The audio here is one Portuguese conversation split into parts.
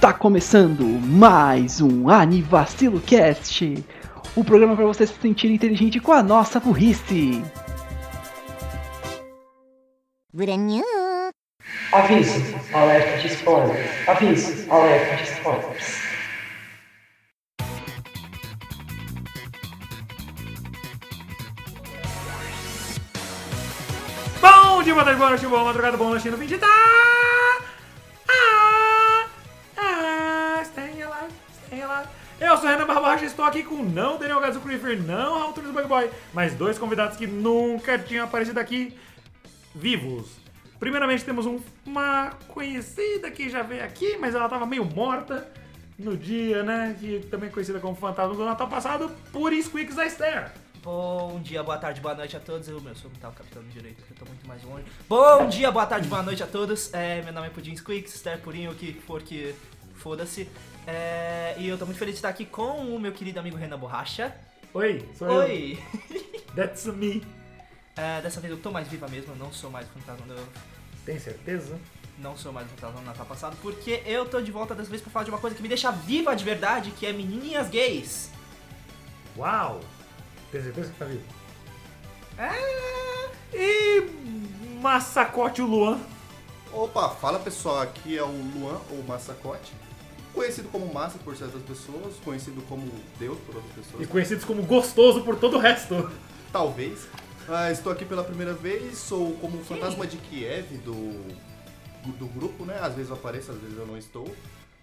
Tá começando mais um Anivacilo Cast, o programa para você se sentir inteligente com a nossa burrice. ブレニュー Aviso, alerta de spoilers. Aviso, alerta de spoilers. Bom dia, boa tarde, boa noite, boa madrugada, bom lanchinho no fim de tá. Ah, ah, stay alive, stay alive. Eu sou Renan Barbocha e estou aqui com não Daniel Gazu Creeper, não Raul Tunes Bug Boy, mas dois convidados que nunca tinham aparecido aqui vivos. Primeiramente temos um- uma conhecida que já veio aqui, mas ela estava meio morta no dia, né? Que também é conhecida como Fantasma do Natal passado, por Squeaks da Esther. Bom dia, boa tarde, boa noite a todos. Eu, meu, sou não tava captando direito, porque eu tô muito mais longe. Bom dia, boa tarde, boa noite a todos. É, meu nome é Pudim Squeaks, Esther Purinho, o que for que foda-se. É, e eu tô muito feliz de estar aqui com o meu querido amigo Renan Borracha. Oi, sou Oi! eu. That's me. É, dessa vez eu tô mais viva mesmo, eu não sou mais o fantasma do, Tem certeza? não sou mais o fantasma do Natal passado, porque eu tô de volta dessa vez pra falar de uma coisa que me deixa viva de verdade, que é menininhas gays. Uau! Tem certeza que tá vivo? É... E massacote o Luan. Opa, fala pessoal, aqui é o Luan, ou Massacote, conhecido como Massa por certas pessoas, conhecido como Deus por outras pessoas, E conhecidos como gostoso por todo o resto. talvez. Ah, estou aqui pela primeira vez, sou como o fantasma de Kiev do, do grupo, né? Às vezes eu apareço, às vezes eu não estou.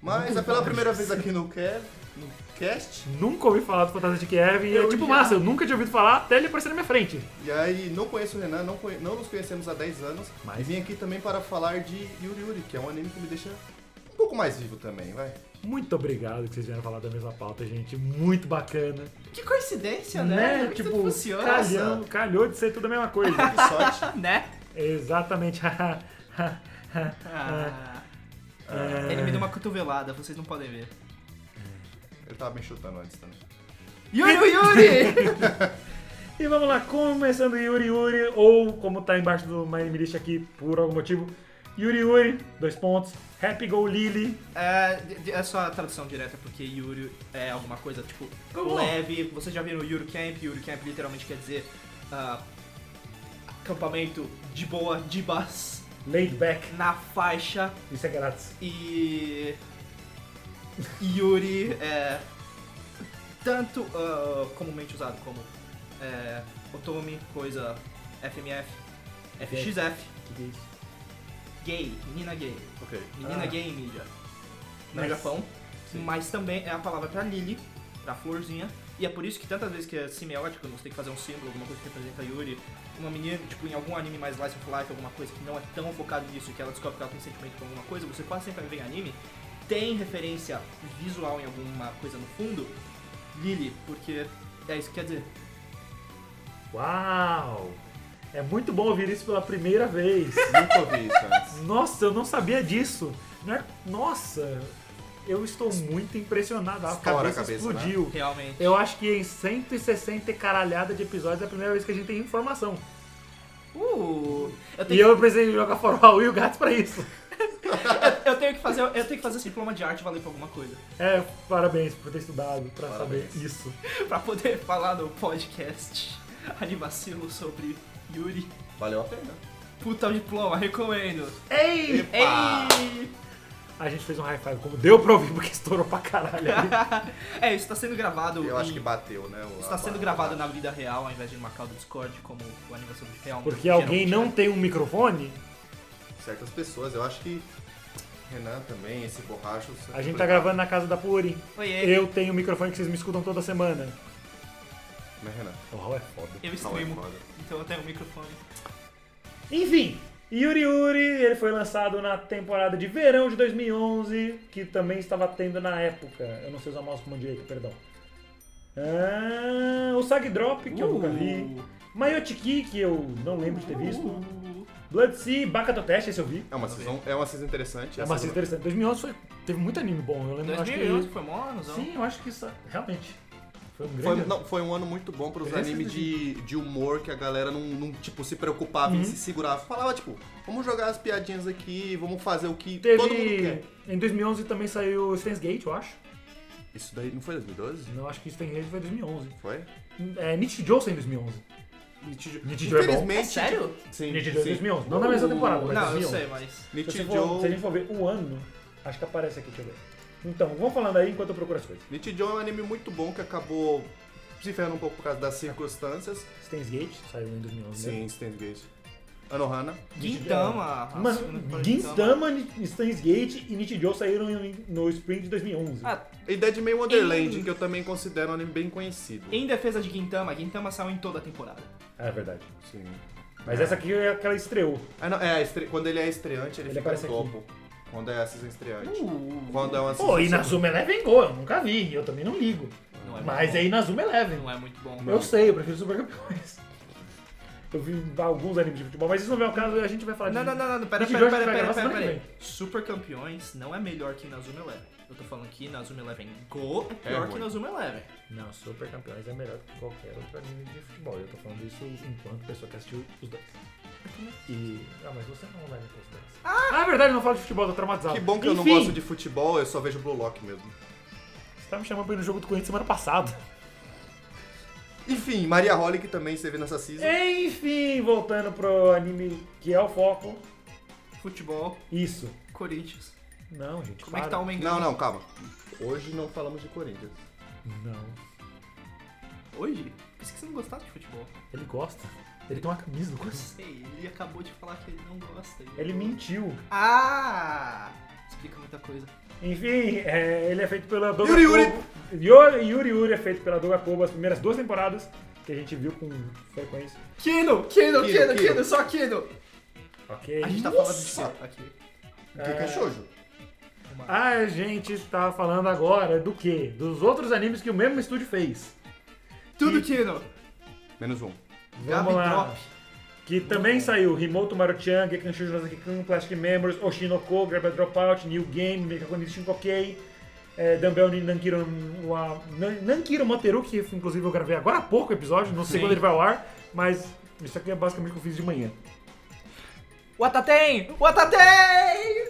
Mas é pela primeira vez aqui no, ca- no cast, Nunca ouvi falar do Fantasma de Kiev. E é tipo massa, eu nunca tinha ouvido falar até ele aparecer na minha frente. e aí não conheço o Renan, não, conhe- não nos conhecemos há 10 anos, Mas- e vim aqui também para falar de Yuri Yuri, que é um anime que me deixa um pouco mais vivo também, vai. Muito obrigado que vocês vieram falar da mesma pauta, gente. Muito bacana. Que coincidência, né? Como que Tipo, tudo funciona? calhou, calhou de ser tudo a mesma coisa. Que sorte. né? Exatamente. Ah. É. Ele me deu uma cotovelada, vocês não podem ver. Eu tava me chutando antes também. Yuri, Yuri! e vamos lá, começando Yuri Yuri, ou como tá embaixo do My Name List aqui, por algum motivo. Yuri Yuri, dois pontos. Happy Go Lily. é, de- de- é só a tradução direta, porque Yuri é alguma coisa, tipo, Como? leve. Vocês já viram o Yuri Camp? Yuri Camp literalmente quer dizer ah, acampamento de boa, de bas, Laid back. na faixa. Isso é grátis. E. Yuri é. Tanto ah, comumente usado como é, Otome, coisa FMF, FXF, Que que é isso? gay, menina gay. Ok. Menina Ah. gay em mídia. No Mas- Japão. Mas também é a palavra pra Lily, pra florzinha. E é por isso que tantas vezes que é semiótico, você tem que fazer um símbolo, alguma coisa que representa a Yuri. Uma menina, tipo, em algum anime mais Life of Life, alguma coisa que não é tão focado nisso, que ela descobre que ela tem um sentimento com alguma coisa, você quase sempre vai ver em anime. Tem referência visual em alguma coisa no fundo, Lily, porque é isso que quer dizer. Uau! É muito bom ouvir isso pela primeira vez. Nunca ouvi isso antes. Nossa, eu não sabia disso. Não é- Nossa, eu estou muito impressionado. A Estoura cabeça, a cabeça, explodiu. Realmente. Eu acho que em 160 e caralhada de episódios é a primeira vez que a gente tem informação. Uh, eu E tenho eu precisei jogar For All e o Gatos pra isso. Eu tenho que fazer, eu tenho que fazer esse diploma de arte valer pra alguma coisa. É, parabéns por ter estudado, pra Parabéns. saber isso. pra poder falar no podcast Animacilo sobre Yuri. Valeu a pena. Puta diploma, recomendo. Ei! Epa! Ei! A gente fez um high five, como deu pra ouvir, porque estourou pra caralho. ali. é, isso tá sendo gravado. Eu acho em- que bateu, né? o- Isso a tá sendo barra. gravado na vida real, ao invés de numa call do Discord, como o animação de real. Porque alguém geralmente não é. tem um microfone, Certas pessoas, eu acho que Renan também, esse borracho. isso é a gente tá complicado. gravando na casa da Puri. Oiê, eu, Eu tenho um microfone que vocês me escutam toda semana. Né, Renan? O Raul é foda. Não, é streamo, foda. então eu tenho um microfone. Enfim, Yuri Yuri, ele foi lançado na temporada de verão de 2011, que também estava tendo na época. Eu não sei usar mouse como direito, perdão. Ah, o Sag Drop, que eu nunca vi. Mayotiki, que eu não lembro de ter visto. Blood Sea, Bakato Teste, esse eu vi. É uma season, é uma season interessante. É essa uma série interessante. 2011 foi, teve muito anime bom, eu lembro. eu Acho 2011 que, foi mó anozão. sim, eu acho que isso, realmente. Foi um grande Foi, não, foi um ano muito bom pros Esse animes de, de humor que a galera não, não, tipo, se preocupava Uhum. em se segurar. Falava, tipo, vamos jogar as piadinhas aqui, vamos fazer o que Teve... todo mundo quer. Em 2011 também saiu Steins Gate, eu acho. Isso daí não foi 2012? Não, acho que Steins Gate foi em 2011. Foi? É, Nietzsche Joe saiu em 2011. Nietzsche Joe é bom. Infelizmente. É sério? Sim, Nietzsche Joe é sim. 2011. Não na mesma temporada, mas Não, eu 2011. sei, mas. Se, você Nietzsche for, se a gente Joe. for ver o ano, acho que aparece aqui, deixa eu ver. Então, vamos falando aí enquanto eu procuro as coisas. Nietzsche Joe é um anime muito bom que acabou se ferrando um pouco por causa das circunstâncias. Steins Gate saiu em 2011. né? Sim, Stand Gate. Anohana. Gintama. a segunda Mano, temporada de Gintama, Steins Gate e Nietzsche Joe saíram em- no Spring de 2011. Ah, E Dead May Wonderland, Em- que eu também considero um anime bem conhecido. em defesa de Gintama, Gintama saiu em toda a temporada. é verdade. Sim. Mas essa aqui é aquela estreou. Ah, não, é, estre- quando ele é estreante, ele, Ele fica aparece no aqui. topo. Quando é a season estreante. Quando é uma Pô, season- Inazuma Eleven Go, eu nunca vi, eu também não ligo. Não é Mas muito é Inazuma bom. Eleven. Não é muito bom. Eu sei, eu prefiro Super Campeões. Eu vi alguns animes de futebol, mas isso não é o caso, a gente vai falar Não, de... não, não, não, não, pera, Nick pera, Jones pera, vai pera, gravar pera, semana pera. que Super Campeões não é melhor que Inazuma Eleven. Eu tô falando que Inazuma Eleven Go é pior ruim. que Inazuma Eleven. Não, Super Campeões é melhor que qualquer outro anime de futebol. Eu tô falando isso enquanto pessoa que assistiu os dois. E... Ah, mas você não vai me os dois. Ah, é verdade, eu não falo de futebol, eu tô traumatizado. Que bom que eu não Enfim, gosto de futebol, eu só vejo Blue Lock mesmo. Você tá me chamando pra ir no jogo do Corinthians semana passada. Enfim, Maria Holly que também esteve nessa season. É. Enfim, voltando pro anime que é o foco. Futebol, Isso. Corinthians. Não, gente. Como é que tá o Mengão? Não, não, calma. Hoje não falamos de Corinthians. Não. Hoje? Por isso que você não gostava de futebol. Ele gosta. Ele tem uma camisa do Eu Corinthians. sei, ele acabou de falar que ele não gosta. Ele mentiu. Ah! Explica muita coisa. Enfim, é, ele é feito pela Doga Yuri Yuri. Yuri Yuri Yuri é feito pela Doga Kobo as primeiras duas temporadas, que a gente viu com frequência. Kino! Kino, Kino, Kino, Kino. Kino, só Kino! Ok. A gente tá falando de quê aqui? O que, que é shoujo? A gente tá falando agora do quê? Dos outros animes que o mesmo estúdio fez. Tudo Kino! Menos um. Gabi Vamos lá. Drop. Que também saiu Rimoto Maruchan, Gekanshou Jurasakikan, Plastic Memories, Oshinoko, Grab and Dropout, New Game, Mekakoni Shinkokei, é, Dumbbell ni Nankiro, wa, Nan- Nankiro Moteru, que inclusive eu gravei agora há pouco o episódio, não sei Sim. quando ele vai ao ar, mas isso aqui é basicamente o que eu fiz de manhã. Wataten! Wataten!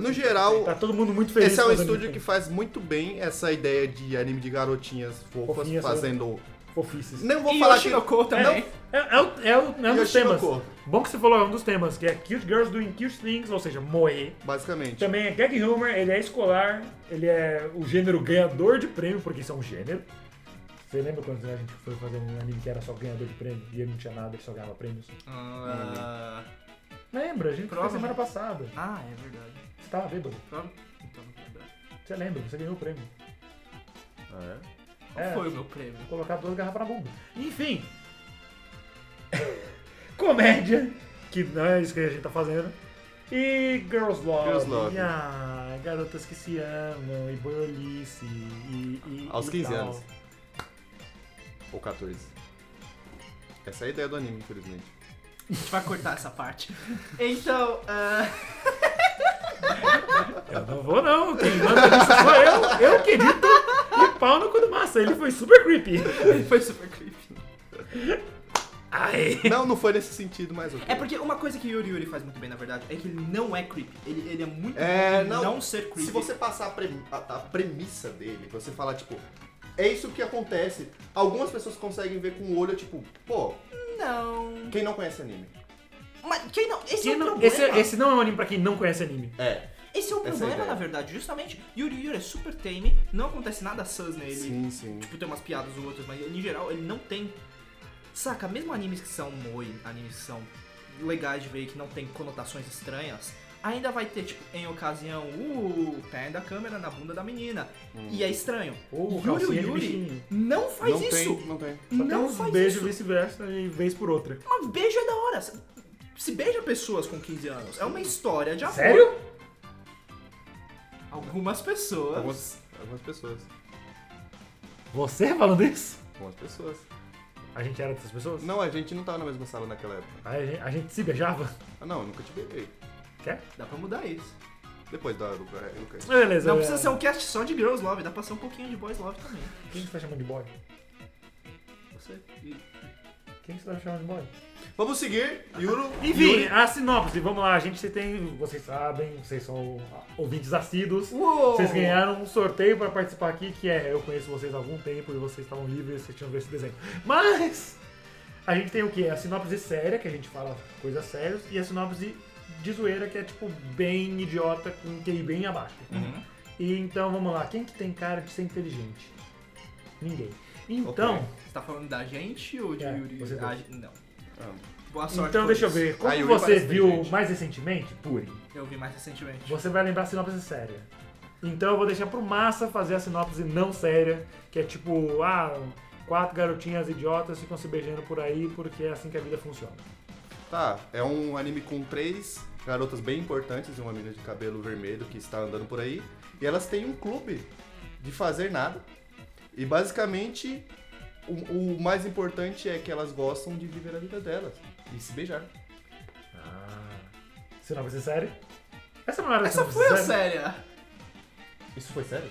No geral, Tá todo mundo muito feliz. esse é um com os estúdio que animes faz muito bem essa ideia de anime de garotinhas fofas Fofinhas, fazendo. Fofices. Não vou E falar que. Yoshinoko também. É, é, o- é, o- é um dos temas. Yoshinoko. Bom que você falou, é um dos temas, que é Cute Girls Doing Cute Things, ou seja, moe. Basicamente. Também é gag humor, ele é escolar, ele é o gênero ganhador de prêmio, porque isso é um gênero. Você lembra quando a gente foi fazer um anime que era só ganhador de prêmio e ele não tinha nada, ele só ganhava prêmios? Ah, Lembra, a gente fez Prova. né? semana passada. ah, é verdade. Você tava bêbado. Claro. Então não lembro. Você lembra, você ganhou o prêmio. Ah, Qual É. foi o meu prêmio? Colocar duas garrafas na bunda. Enfim. Comédia, que não é isso que a gente tá fazendo. E Girls Love. Girls Love. Ah, garotas que se amam, e boiolice, e, e- Aos e 15 tal. anos. é? Ou 14. Essa é a ideia do anime, infelizmente. A gente vai cortar essa parte. Então, ah, Eu não vou não, quem manda nisso sou eu, eu que edito e pau no cu do massa, ele foi super creepy. foi super creepy. Ai. Não, não foi nesse sentido, mas ok. É porque uma coisa que Yuri Yuri faz muito bem, na verdade, é que ele não é creepy. Ele, ele é muito É, bom em não. ser creepy. Se você passar a, premi- a- a premissa dele, você falar, tipo, é isso que acontece. Algumas pessoas conseguem ver com o olho, tipo, pô, Não. quem não conhece anime? Mas quem não. Esse Quem é o não- problema. esse, esse não é um anime pra quem não conhece anime. É. Esse é o Essa é a problema, ideia. na verdade, justamente. Yuri Yuri é super tame, não acontece nada sus nele. sim. Tipo, tem umas piadas ou outras, mas em geral ele não tem. Saca, mesmo animes que são moi, animes que são legais de ver e que não tem conotações estranhas, ainda vai ter, tipo, em ocasião, uh, pé da câmera na bunda da menina. Hum. E é estranho. Ou Yuri calcinha de Yuri bichinho. Não faz não isso! tem, não tem. Só tem Não uns faz beijos isso. vice-versa e vez por outra. Mas beijo é da hora. Se beija pessoas com 15 anos. É uma história de amor. Sério? Algumas pessoas. Algumas, algumas pessoas. Você falando isso? Algumas pessoas. A gente era dessas pessoas? Não, a gente não tava na mesma sala naquela época. A gente, a gente se beijava? Ah, não, eu nunca te beijei. Quer? Dá pra mudar isso. Depois da do do Cast. Beleza. Não é. precisa ser um cast só de Girls Love, dá pra ser um pouquinho de Boys Love também. Quem que você tá chamando de boy? Você. e- Quem que você tá chamando de boy? Vamos seguir, Yuro. Enfim, Yuri. a sinopse, vamos lá, a gente tem, vocês sabem, vocês são ouvintes assíduos. Uou! Vocês ganharam um sorteio pra participar aqui, que é eu conheço vocês há algum tempo e vocês estavam livres, vocês tinham visto esse desenho. Mas a gente tem o quê? A sinopse séria, que a gente fala coisas sérias, e a sinopse de zoeira, que é tipo bem idiota, com QI bem abaixo. E então vamos lá, quem que tem cara de ser inteligente? Ninguém. Então, Ok. Você tá falando da gente ou de É, Yuri? você Ah, dois. não. Ah, Boa sorte. então por deixa eu isso. ver, como Yuri você parece viu inteligente. mais recentemente, Puri, Eu vi mais recentemente. Você vai lembrar a sinopse séria. Então eu vou deixar pro Massa fazer a sinopse não séria, que é tipo, ah, quatro garotinhas idiotas ficam se beijando por aí porque é assim que a vida funciona. Tá, é um anime com três garotas bem importantes e uma menina de cabelo vermelho que está andando por aí. E elas têm um clube de fazer nada. E basicamente, o, o mais importante é que elas gostam de viver a vida delas e se beijar. Ah. Sinopse séria? Essa não era a Essa sinopse foi a séria. Isso foi sério?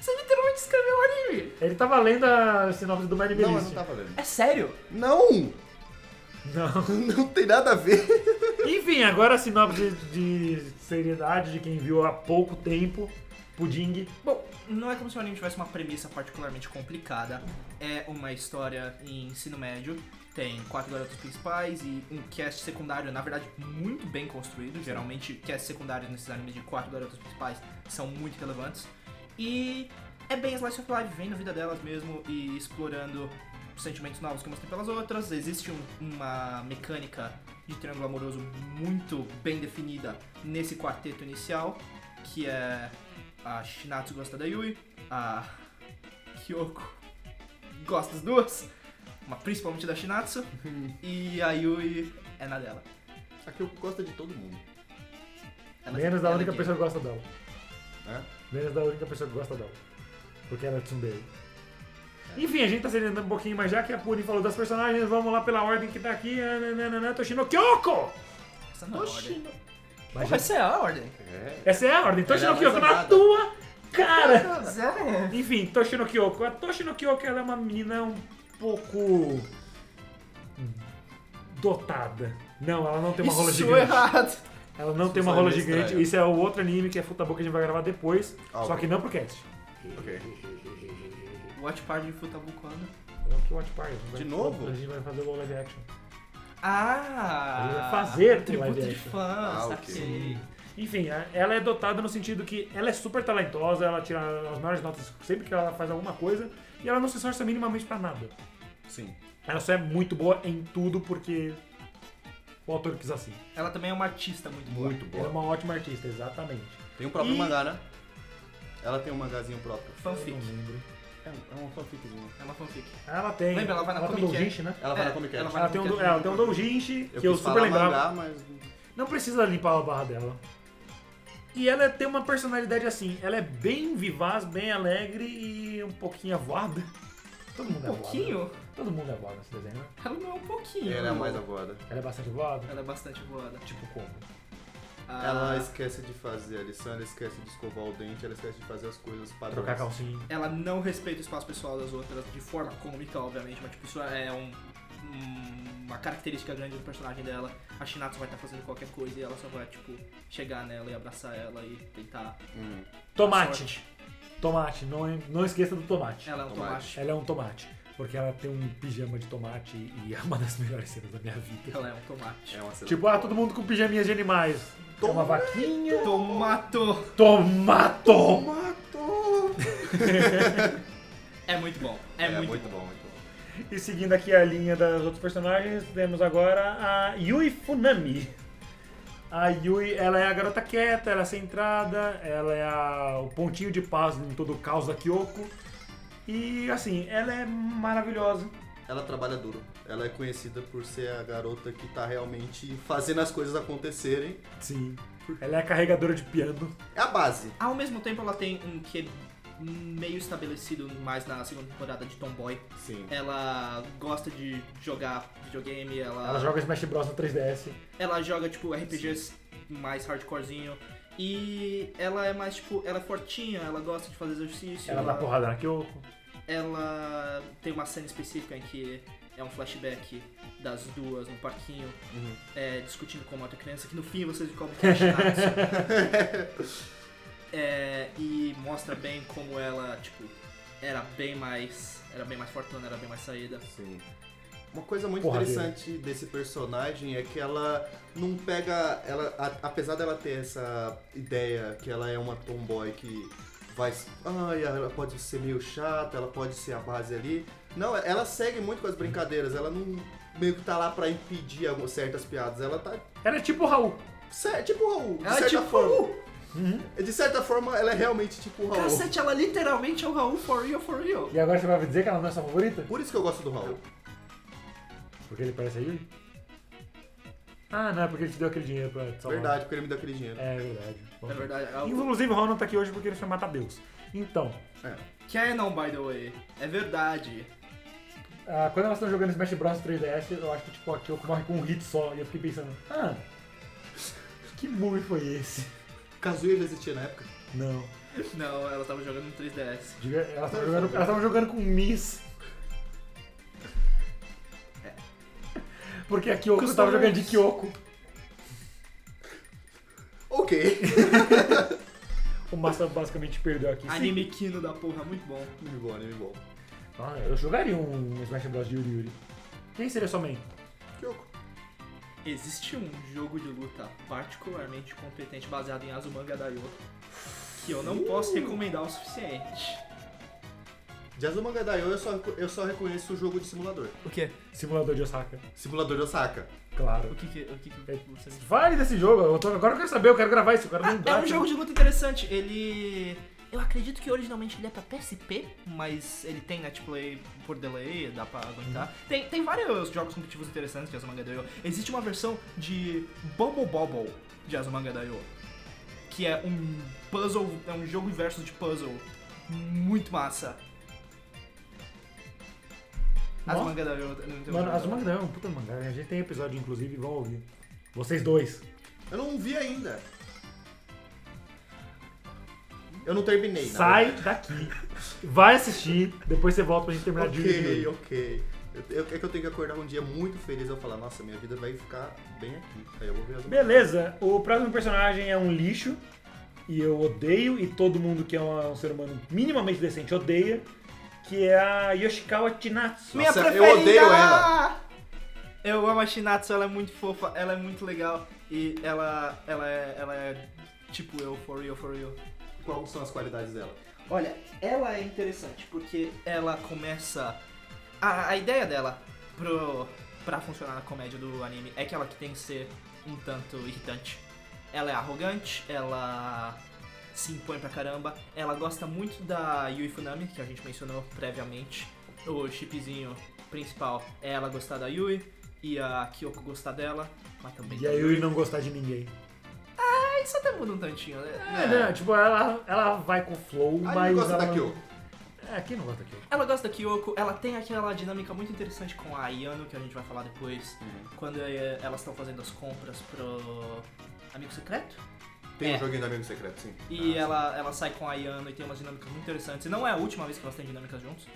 Você literalmente escreveu o anime. Ele tava lendo a sinopse do Mad Não, eu Melist. não tá falando. É sério? Não! Não. Não tem nada a ver. Enfim, agora a sinopse de seriedade de quem viu há pouco tempo, Pudding. Bom, não é como se o anime tivesse uma premissa particularmente complicada. É uma história em ensino médio. Tem quatro garotos principais e um cast secundário, na verdade, muito bem construído. Geralmente, cast secundário nesses animes de quatro garotos principais são muito relevantes. E é bem slice of life, vem na vida delas mesmo e explorando sentimentos novos que umas têm pelas outras. Existe um- uma mecânica de triângulo amoroso muito bem definida nesse quarteto inicial, que é a Shinatsu gosta da Yui, a Kyoko gosta das duas, mas principalmente da Shinatsu, e a Yui é na dela. Aqui eu gosto de todo mundo, Ela- Menos da ela é única gay. pessoa que gosta dela. né? Menos da única pessoa que gosta dela. Porque ela é tsundere. É. Enfim, a gente tá se adiantando um pouquinho, mas já que a Puri falou das personagens, vamos lá pela ordem que tá aqui. Nananana, Toshino Kyoko! Essa não é a ordem. Mas Porra, essa é a ordem. É. Essa é a ordem. Toshino Ela é Kyoko na amada. tua cara! Mas é. Enfim, Toshino Kyoko. A Toshino Kyoko ela é uma menina um pouco... dotada. Não, ela não tem uma rola Isso é gigante. errado. Ela não tem Isso uma é rola meio gigante. estranho. Isso é o outro anime que é Futa Boca que a gente vai gravar depois. Ah, só ok. que não pro cast. Ok. Watch Party de Futabu quando? Não É que Watch Party. a gente vai- De novo? A gente vai fazer o live action. Ah! Ele vai fazer um tributo live de action. fãs, tá Ah, ok. saquei. Enfim, a- ela é dotada no sentido que ela é super talentosa, ela tira as maiores notas sempre que ela faz alguma coisa, e ela não se esforça minimamente pra nada. Sim. Ela só é muito boa em tudo porque o autor quis assim. Ela também é uma artista muito boa. Muito Ela é boa. uma ótima artista, exatamente. Tem o próprio E- mangá, né? Ela tem um mangazinho próprio. Eu não Fanfic. lembro. É, um- é um fanficzinho. É uma fanfic. Ela tem. Lembra, ela vai na tem Comic um doujinshi, né? Ela vai É, na Comic Con. ela vai- Ela tem um, do- ela tem um doujinshi, que eu quis super falar lembrava. mangá, mas Não precisa limpar a barra dela. E ela tem uma personalidade assim, ela é bem vivaz, bem alegre e um pouquinho avoada. Todo mundo é Um avoado. pouquinho? Todo mundo é voada nesse desenho, né? Ela não é um pouquinho. ela é a mais avoada. Ela é bastante voada? Ela é bastante voada. Tipo como? Ah, Ela esquece de fazer a lição, ela esquece de escovar o dente, ela esquece de fazer as coisas para Trocar calcinha. ela não respeita o espaço pessoal das outras de forma cômica, obviamente, mas tipo, isso é um- um- uma característica grande do personagem dela. A Shinatsu vai estar fazendo qualquer coisa e ela só vai, tipo, chegar nela e abraçar ela e tentar. Tomate. Tomate, não, é- não esqueça do tomate. Ela é um Tomate. tomate. Ela é um tomate. Porque ela tem um pijama de tomate e é uma das melhores cenas da minha vida. Ela é um tomate. É uma cena Tipo, ah, todo mundo com pijaminhas de animais. É uma vaquinha. um Tomato! Tomato! Matou! É muito bom. É, muito, bom. muito bom. E seguindo aqui a linha dos outros personagens, temos agora a Yui Funami. A Yui, ela é a garota quieta, ela é centrada, ela é a- o pontinho de paz em todo o caos da Kyoko. E assim, ela é maravilhosa. Ela trabalha duro. Ela é conhecida por ser a garota que tá realmente fazendo as coisas acontecerem. Sim. Ela é carregadora de piano. É a base. Ao mesmo tempo, ela tem um que meio estabelecido mais na segunda temporada de Tomboy. Sim. Ela gosta de jogar videogame, Ela joga Smash Bros no 3DS. Ela joga, tipo, RPGs mais hardcorezinho. E ela é mais, tipo, ela é fortinha, ela gosta de fazer exercício. Ela dá porrada na Kyoko. ela tem uma cena específica em que é um flashback das duas no parquinho, é, discutindo como outra criança, que no fim vocês descobrem que é a Shinatsu. É, e mostra bem como ela, tipo, era bem mais. Era bem mais fortuna, era bem mais saída. Sim. Uma coisa muito Porra, interessante desse personagem é que ela não pega. Ela, a- apesar dela ter essa ideia que ela é uma tomboy que vai. Ai, ela pode ser meio chata, ela pode ser a base ali. Não, ela segue muito com as brincadeiras, ela não meio que tá lá pra impedir algumas- certas piadas. Ela tá. Ela é tipo o Raul. cer- tipo o Raul, de Ela é certa tipo forma. Raul! De certa forma, ela é realmente tipo o Raul. Cacete, ela literalmente é o Raul for real, for real. E agora você vai me dizer que ela não é sua favorita? Por isso que eu gosto do Raul. Tá Porque ele parece a Yuri? Ah, não, é porque ele te deu aquele dinheiro pra te salvar. Verdade, porque ele me deu aquele dinheiro. É verdade. Bom. Na verdade, é o... Inclusive, o Raul não tá aqui hoje porque ele foi matar Deus. Então, Canon, by the way. É verdade. ah, quando elas estão jogando Smash Bros 3DS, eu acho que tipo, a Kyoko morre com um hit só. E eu fiquei pensando, ah, que movie foi esse? Kazuya já existia na época. Não. Não, ela tava jogando no 3DS. Diga- Elas estavam jogando, elas tavam jogando com Miss. Porque a Kyoko Custom tava jogando de Miss. Kyoko. Ok. O Massa basicamente perdeu aqui. Anime Kino da porra, muito bom. anime bom, anime bom. Ah, eu jogaria um Smash Bros de Yuri Yuri. Quem seria sua mãe? Kyoko. Existe um jogo de luta particularmente competente baseado em Azumanga Daioh que eu não posso recomendar o suficiente. De Azumanga Daioh eu só, eu só reconheço o jogo de simulador. O quê? Simulador de Osaka. Simulador de Osaka. O Claro. que que, o que, que É- você me Vale desse jogo. eu tô- agora eu quero saber, eu quero gravar isso. Eu quero É lembrar. um jogo de luta interessante. Ele. Eu acredito que originalmente ele é pra PSP, mas ele tem netplay por delay, dá pra aguentar. Uhum. Tem, tem vários jogos competitivos interessantes de Azumanga Daioh. Existe uma versão de Bubble Bobble de Azumanga Daioh, que é um puzzle, é um jogo inverso de puzzle muito massa. Nossa. Azumanga Daioh. não tem Mano, outro Azuma não é um puta mangá. A gente tem episódio, inclusive, vão ouvir. Vocês dois. Eu não vi ainda. Eu não terminei. na Sai daqui. Vai assistir. Depois você volta pra gente terminar verdade. de Yuri Yuri. Ok, ok. Eu- eu- é que eu tenho que acordar um dia muito feliz eu falar, nossa, minha vida vai ficar bem aqui. Aí eu vou ver as Beleza, o próximo personagem é um lixo e eu odeio e todo mundo que é uma- um ser humano minimamente decente odeia, que é a Yoshikawa Chinatsu. Minha Nossa, eu preferida! odeio ela. Eu amo a Shinatsu, ela é muito fofa, ela é muito legal e ela, ela, é, ela é tipo eu, for real, for real. Quais são as qualidades dela? Olha, ela é interessante porque ela começa. A, a ideia dela pro, pra funcionar na comédia do anime é que ela que tem que ser um tanto irritante. Ela é arrogante, ela se impõe pra caramba, ela gosta muito da Yui Funami, que a gente mencionou previamente. O chipzinho principal é ela gostar da Yui e a Kyoko gostar dela, mas também E da a Yuri não gostar de ninguém. Ah, isso até muda um tantinho, né? É, né? Tipo, ela, ela vai com o flow, Ah, mas. eu gosto ela... da Kyoko. É, quem não gosta da Kyoko? Ela gosta da Kyoko, ela tem aquela dinâmica muito interessante com a Ayano, que a gente vai falar depois, quando eh, elas estão fazendo as compras pro Amigo Secreto. Tem É. um joguinho da Amigo Secreto, sim. E é Ah, ela, ela sai com a Ayano e tem umas dinâmicas muito interessantes. E não é a última vez que elas têm dinâmicas juntos.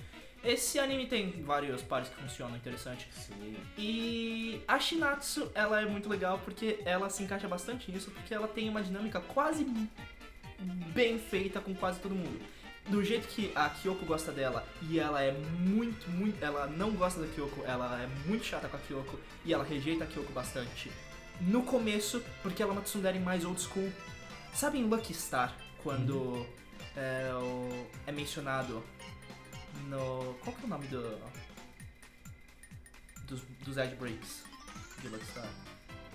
Esse anime tem vários pares que funcionam interessante. Sim. E a Shinatsu, ela é muito legal porque ela se encaixa bastante nisso, porque ela tem uma dinâmica quase bem feita com quase todo mundo. Do jeito que a Kyoko gosta dela e ela é muito, muito. Ela não gosta da Kyoko, ela é muito chata com a Kyoko e ela rejeita a Kyoko bastante. No começo, porque ela é uma tsundere mais old school. Sabe em Lucky Star, quando é, o- é mencionado no. Qual que é o nome do. dos, dos ad breaks de Lucky Star?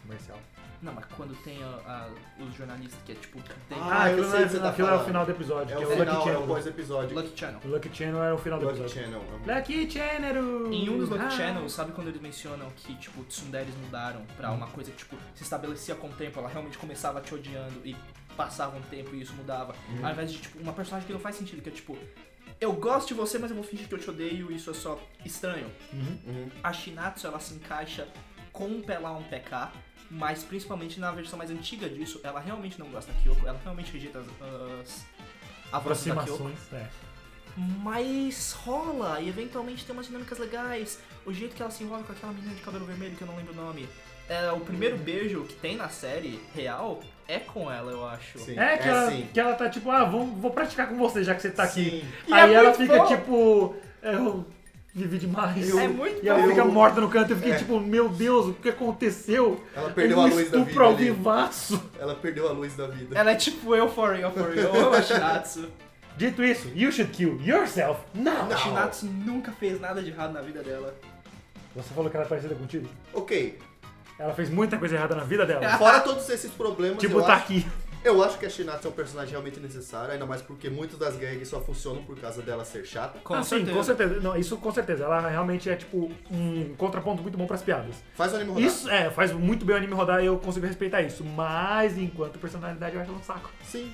Comercial. Não, mas quando tem a- a- os jornalistas que é tipo. Tem Ah, Ah, eu aquilo, sei não é- o que você tá aquilo é o falando. final do episódio, É que o é o Lucky final, é o Channel. pós-episódio. Lucky Channel. O Lucky Channel Né? é o final do Lucky episódio. Channel. é um- Lucky Channel! Em um dos Lucky Ah. Channels, sabe quando eles mencionam que, tipo, tsunderes mudaram pra uma coisa que, tipo, se estabelecia com o tempo, ela realmente começava te odiando e passava um tempo e isso mudava. Uhum. Ao invés de, tipo, uma personagem que não faz sentido, que é, tipo, eu gosto de você, mas eu vou fingir que eu te odeio e isso é só estranho. Uhum. Uhum. A Shinatsu, ela se encaixa com um pé lá, um pé cá, mas principalmente na versão mais antiga disso, ela realmente não gosta da Kyoko, ela realmente rejeita as, as avanços da Kyoko. Aproximações, é. Mas rola, e eventualmente tem umas dinâmicas legais. O jeito que ela se enrola com aquela menina de cabelo vermelho que eu não lembro o nome. É, o primeiro Uhum. beijo que tem na série real é com ela, eu acho. Sim, É que, ela, sim. que ela tá tipo, ah, vamos, vou praticar com você já que você tá aqui. Sim. E Aí é ela muito fica bom. tipo, eu vivi demais. É muito E ela bom. fica morta no canto. Eu fiquei É. tipo, meu Deus, o que aconteceu? Ela perdeu um a luz da estupro vida ao ali. vivaço. Ela perdeu a luz da vida. Ela é tipo eu for real, for real, ou a Shinatsu. Dito isso, you should kill yourself now. A Shinatsu nunca fez nada de errado na vida dela. Você falou que ela é parecida contigo? Ok, Ela fez muita coisa errada na vida dela. fora todos esses problemas, tipo, Ah, eu, tá acho, aqui. eu acho que a Shinatsu é um personagem realmente necessário, ainda mais porque muitas das gags só funcionam por causa dela ser chata. Com Ah, sim, certeza. com certeza. Não, isso com certeza. Ela realmente é tipo um contraponto muito bom pras piadas. Faz o anime rodar. Isso, é, faz muito bem o anime rodar e eu consigo respeitar isso. Mas enquanto personalidade eu acho ela um saco. Sim.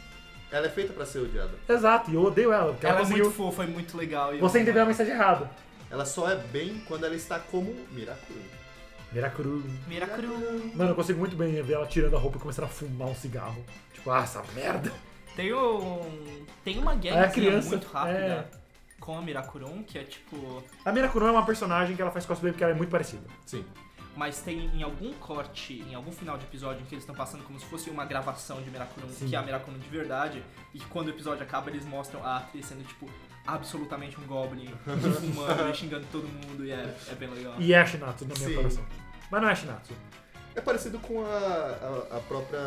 Ela é feita pra ser odiada. Exato, e eu odeio ela, porque ela, Ela é conseguiu. muito fofa, é muito legal. e eu- Você entendeu a mensagem errada. Ela só é bem quando ela está como Mirakuru. Veracruz. Miracru. Mano, eu consigo muito bem ver ela tirando a roupa e começando a fumar um cigarro. Tipo, ah, essa merda. Tem um. Tem uma É guerra a criança, muito rápida é. com a Mirakurun, que é tipo. A Miracuru é uma personagem que ela faz cosplay porque ela é muito parecida. Sim. Mas tem em algum corte, em algum final de episódio, em que eles estão passando como se fosse uma gravação de Mirakurun, Sim. que é a Mirakurun de verdade, e que quando o episódio acaba eles mostram a atriz sendo tipo absolutamente um goblin, fumando e xingando todo mundo, e é, é bem legal. E é a Shinatsu, na minha Sim. coração. Mas não é a Shinatsu. É parecido com a, a, a própria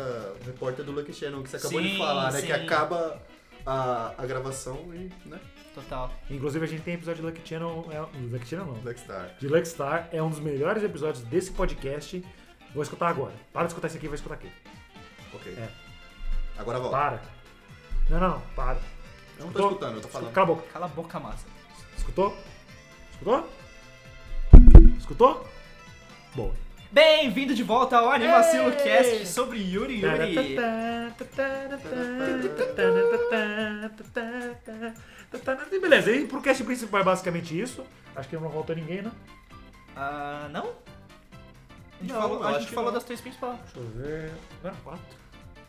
repórter do Lucky Channel que você acabou Sim, de falar, né? sim. Que acaba a, a gravação e, né? Total. Inclusive, a gente tem episódio de Lucky Channel. É, Lucky Channel não. Black Star. De Lucky Star é um dos melhores episódios desse podcast. Vou escutar agora. Para de escutar esse aqui, vai escutar aquele. Ok. É. Ah, Agora volta. Para. Não, não, não. Para. Eu não tô Escutou? escutando, eu tô falando. Cala a boca. Cala a boca, massa. Escutou? Escutou? Escutou? Boa. Bem-vindo de volta ao Animacilo Ei! Cast sobre Yuri Yuri. E Beleza, e pro cast principal é basicamente isso. Acho que não voltou ninguém, né? Ah, não? A gente Não, falou, eu a acho gente que falou não. das três principais. Deixa eu ver. Não era quatro?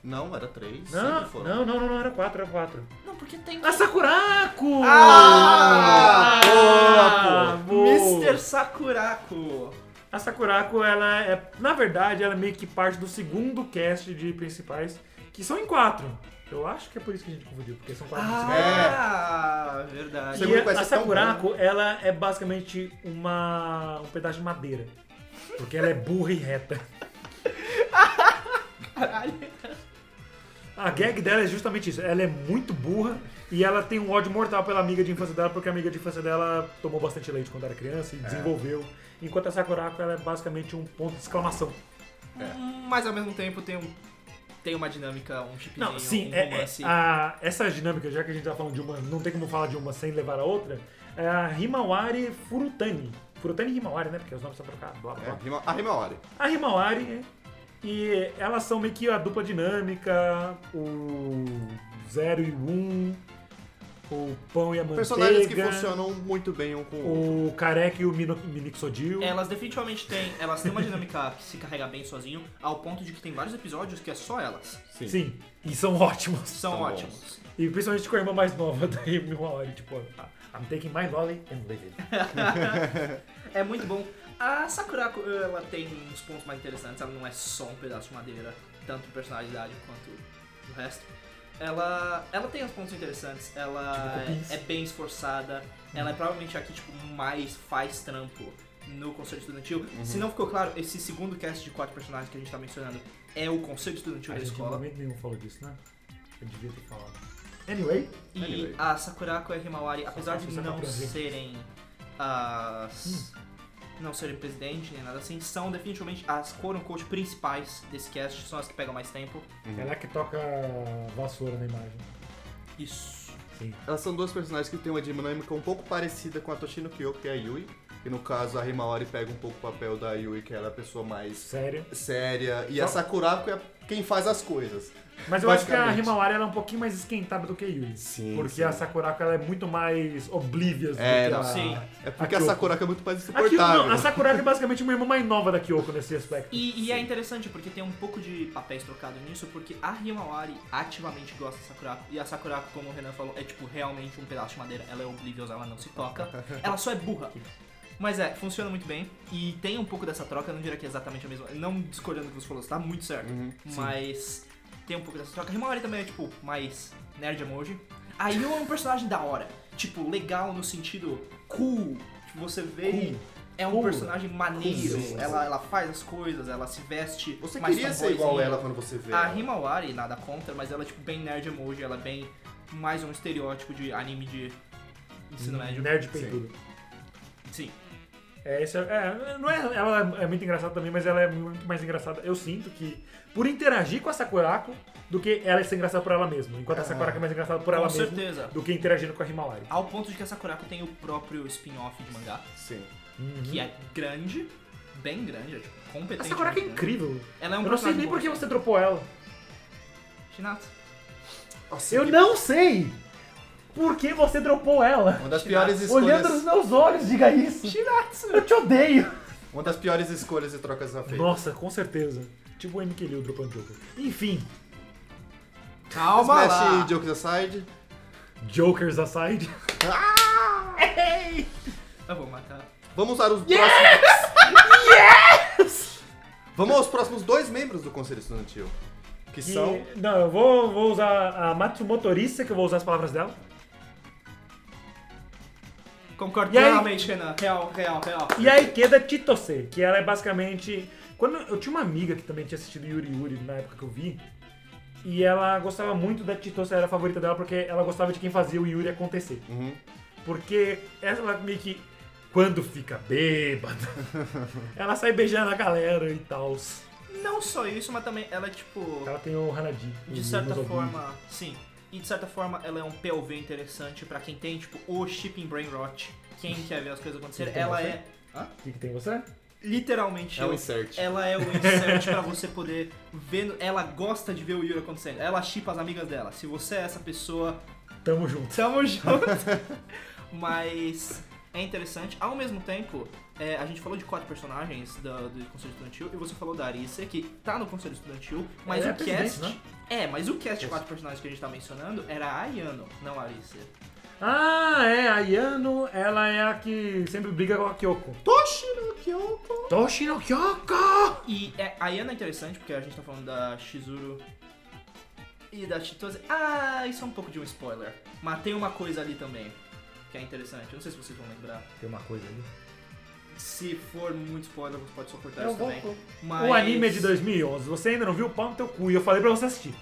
Não, era três. Não, sempre foram. não, não, não, não, era quatro, era quatro. Ah, Não, porque tem. A Sakuraco! Ah! Boa, pô. boa. Mr. Sakurako! A Sakurako, ela é. Na verdade, ela é meio que parte do segundo cast de principais, que são em quatro. Eu acho que é por isso que a gente confundiu, porque são quatro principais. Ah, E verdade. Segundo a, vai a ser tão Sakurako, ela é basicamente uma, um pedaço de madeira. Porque ela é burra e reta. Caralho. A gag dela é justamente isso. Ela é muito burra e ela tem um ódio mortal pela amiga de infância dela, porque a amiga de infância dela tomou bastante leite quando era criança e desenvolveu. Enquanto a Sakurako, ela é basicamente um ponto de exclamação. Mas ao mesmo tempo tem um. Tem uma dinâmica, um chipzinho, Não, sim, um é, é, romance. a- essas dinâmicas, já que a gente tá falando de uma, não tem como falar de uma sem levar a outra, é a Himawari Furutani. Furutani e Himawari, né? Porque os nomes são trocados, blá blá É, blá. rima- a Himaori. A Himawari e elas são meio que a dupla dinâmica, o Zero e o Um, o Pão e a Manteiga, Personagens que funcionam muito bem um com o outro. o Careca e o Mino- Minixodil. É. Elas definitivamente têm. Elas têm uma dinâmica que se carrega bem sozinho, ao ponto de que tem vários episódios que é só elas. Sim. Sim, e são ótimos. São São ótimos. E principalmente com a irmã mais nova da Himawari, tipo, I'm taking my lolly and leaving. É muito bom. A Sakurako, ela tem uns pontos mais interessantes. Ela não é só um pedaço de madeira, tanto personalidade quanto o resto. Ela, ela tem uns pontos interessantes. Ela Tipo Uhum. cupins. é, é bem esforçada. Ela é provavelmente a que tipo, mais faz trampo no Conselho Estudantil. Uhum. Se não ficou claro, esse segundo cast de quatro personagens que a gente tá mencionando é o Conselho Estudantil A da gente em escola. momento nenhum falou disso, né? Eu devia ter falado. Anyway, E Anyway. a Sakurako e a Himawari, apesar de faço essa não compreensão. serem as. não serem presidente nem nada assim, são definitivamente as quote unquote principais desse cast, são as que pegam mais tempo. ela é que toca vassoura na imagem. Isso. Sim. Elas são duas personagens que têm uma dinâmica um pouco parecida com a Toshino Kyoko, que é a Yui. E no caso, a Himaori pega um pouco o papel da Yui, que ela é a pessoa mais Sério. séria. E Só- a Sakurako é quem faz as coisas. Mas eu acho que a Basicamente. Himawari ela é um pouquinho mais esquentada do que a Yui. Sim, Porque sim. a Sakurako ela é muito mais oblivious do É, que não, a... sim. É porque A a, Kyoko. Sakurako é muito mais A, Kyoko, insuportável. né? não, a Sakurako é basicamente uma irmã mais nova da Kyoko nesse aspecto. E, e é interessante porque tem um pouco de papéis trocado nisso, porque a Himawari ativamente gosta da Sakurako, e a Sakurako, como o Renan falou, é tipo realmente um pedaço de madeira, ela é oblivious, ela não se toca, ela só é burra. Mas é, funciona muito bem, e tem um pouco dessa troca, eu não diria que é exatamente a mesma, não discordando do que você falou, você tá muito certo, mas tem um pouco dessa troca. A Himawari também é tipo mais nerd emoji. A Yu é um personagem da hora, tipo, legal no sentido cool, tipo, você vê... e É um Cool. personagem maneiro, Cool. ela, ela faz as coisas, ela se veste. Você mais queria ser igual fanboyzinha. ela quando você vê. A ela. Himawari, nada contra, mas ela é tipo bem nerd emoji, ela é bem mais um estereótipo de anime de ensino médio. Hum, Nerd peitudo. Sim. É, isso é, é, não é, ela é muito engraçada também, mas ela é muito mais engraçada. Eu sinto que por interagir com a Sakurako do que ela ser engraçada por ela mesma. Enquanto a Sakurako é mais engraçada por ela com mesma certeza. do que interagindo com a Himawari. Ao ponto de que a Sakurako tem o próprio spin-off de mangá, Sim. que é grande, bem grande, é tipo, competente. Uhum. A Sakurako é grande. incrível. Ela é um Eu não sei nem por que você dropou ela. Shinato. Nossa, Eu que- não sei por que você dropou ela. Uma das piores Olhando nos escolhas. meus olhos, diga isso. Eu te odeio. Uma das piores escolhas e trocas já feitas. Nossa, com certeza. Tipo o MK Liu dropando Joker. Enfim, Calma lá. Smash Jokes Aside. Jokers aside. Ah! Eu vou matar. Vamos usar os próximos. Vamos aos próximos dois membros do Conselho Estudantil. Que- Que são. Não, eu vou, vou usar a Matsumotorista, que eu vou usar as palavras dela. Concordo E aí? realmente, Renan. Real, real, real. E a Ikeda Titose, que ela é basicamente. Quando eu tinha uma amiga que também tinha assistido Yuri Yuri na época que eu vi. E ela gostava muito da Titose, era a favorita dela, porque ela gostava de quem fazia o Yuri acontecer. Uhum. Porque ela meio que. Quando fica bêbada, ela sai beijando a galera e tal. Não só isso, mas também ela é tipo. Ela tem o Hanadi. De certa forma, sim. E de certa forma, ela é um POV interessante pra quem tem, tipo, o shipping brain rot. Quem quer ver as coisas acontecerem. Tem Ela você? é O que, que tem você? literalmente. Então, É um eu- insert. Ela é o insert pra você poder ver. no- Ela gosta de ver o Yuri acontecendo. Ela chipa as amigas dela. Se você é essa pessoa, Tamo junto. tamo junto. Mas é interessante. Ao mesmo tempo, é, a gente falou de quatro personagens do, do Conselho Estudantil e você falou da Arissa, que tá no Conselho Estudantil, mas Ela é o a presidente, cast. né? É, mas o cast de quatro personagens que a gente tá mencionando era a Ayano, não a Arissa. Ah, é, a Yano, ela é a que sempre briga com a Kyoko. Toshiro Kyoko. Toshi no Kyoko! E é, a Ayano é interessante porque a gente tá falando da Shizuru e da Chitose. Ah, isso é um pouco de um spoiler. Mas tem uma coisa ali também que é interessante. Eu não sei se vocês vão lembrar. Tem uma coisa ali. Se for muito spoiler, você pode suportar Eu isso vou- também. vou- Mas... O anime é de 2011, você ainda não viu o pau no teu cu e eu falei pra você assistir.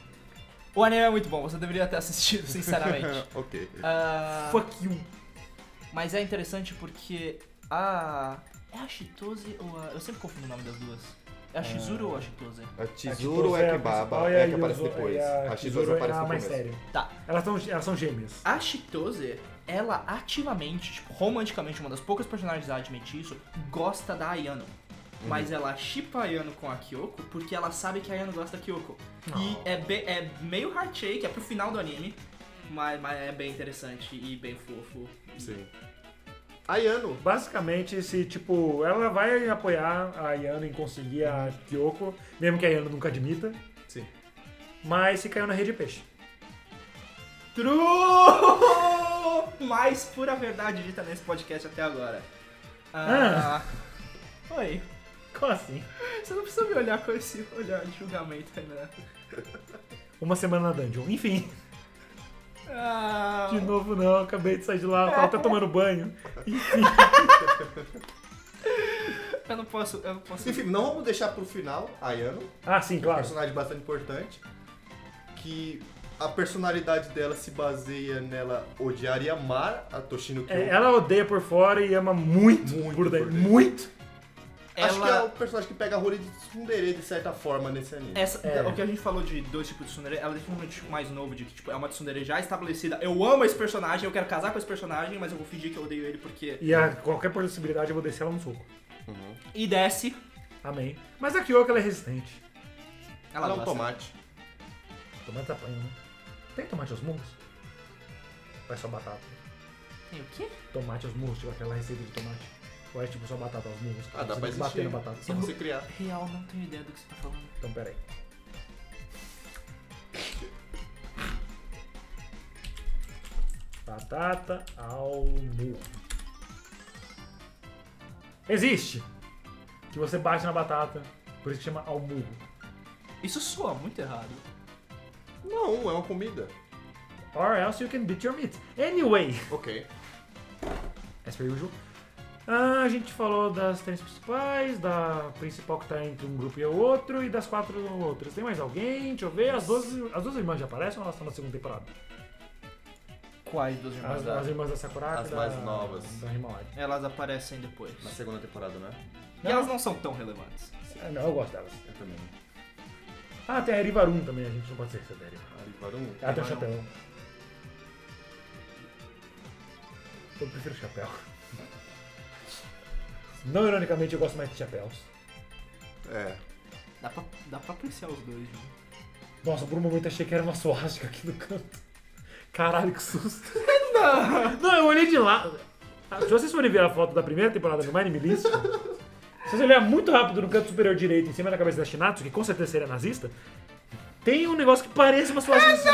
O anime é muito bom, você deveria ter assistido, sinceramente. ok. Ah, Fuck you. mas é interessante porque a. É a Chitose ou a. Eu sempre confundo o nome das duas. É Ah. a Shizuru ou a Chitose? A Chizuru é que baba, é a que aparece depois. A Chizuru é aparece a no mais começo. séria. Tá. Elas são, elas são gêmeas. A Chitose, ela ativamente, tipo, romanticamente, uma das poucas personagens a admitir isso, gosta da Ayano. Mas ela shippa a Ayano com a Kyoko porque ela sabe que a Ayano gosta da Kyoko. E é, be- é meio heartshake, é pro final do anime, mas, mas é bem interessante e bem fofo. Sim. Ayano. Basicamente, se tipo, ela vai apoiar a Yano em conseguir a Kyoko, mesmo que a Yano nunca admita, Sim. mas se caiu na rede de peixe. True! Mais pura verdade dita nesse podcast até agora. Ah, Oi. Como assim? Você não precisa me olhar com esse olhar de julgamento, Renan. Uma semana na dungeon. Enfim. Ah, De novo não, acabei de sair de lá, eu tava até tomando banho. eu não posso, eu não posso. Enfim, não vamos deixar pro final Ayano. Ah, sim, um claro. personagem bastante importante, que a personalidade dela se baseia nela odiar e amar a Toshino Kyo. É, ela odeia por fora e ama muito, Muito por por dentro. dentro. Muito! Acho que é o ela... personagem que pega a rolha de tsundere de certa forma nesse anime. Essa, É. O que a gente falou de dois tipos de tsundere, ela definiu um tipo mais novo, de que tipo, é uma tsundere já estabelecida. Eu amo esse personagem, eu quero casar com esse personagem, mas eu vou fingir que eu odeio ele porque... E a qualquer possibilidade eu vou descer ela no soco. E desce, Amém. Mas a Kyoko ela é resistente. ela, Ela é um gosta. tomate. Tomate apanha, né? Tem tomate aos murros? Ou é só batata? Tem o quê? Tomate aos murros, tipo aquela receita de tomate. Ou é tipo só batata aos murros? Ah, dá Você pra tem que bater existir. na batata. Só você criar. Real, não tenho ideia do que você tá falando. Então, pera aí. Batata ao murro. Existe! Que você bate na batata, por isso que chama ao murro. Isso soa muito errado. Não, é uma comida. Or else you can beat your meat. Anyway, Ok. as per usual. Ah, a gente falou das três principais, da principal que tá entre um grupo e o outro, e das quatro outras. Tem mais alguém? Deixa eu ver. As duas, as duas irmãs já aparecem ou elas estão na segunda temporada? Quais duas As, irmãs? as irmãs da Sakuraka. As da- mais novas. Da Himawari. Elas aparecem depois. Na é- segunda temporada, né? E elas não são tão relevantes. Ah, Não, eu gosto delas. Eu também. Ah, tem a Erivarun também, a gente não pode esquecer da Erivarun. Arivarum. Ela tem um o Erivarun. chapéu. Eu prefiro chapéu. Não ironicamente, eu gosto mais de chapéus. tá. É. Dá pra, dá pra apreciar os dois, né? Nossa, por um momento achei que era uma suástica aqui no canto. Caralho, que susto. Não! Não, eu olhei de lá. Ah, Se vocês forem ver a foto da primeira temporada do My Name List, se vocês olhar muito rápido no canto superior direito, em cima da cabeça da Shinatsu, que com certeza seria nazista, tem um negócio que parece uma suástica.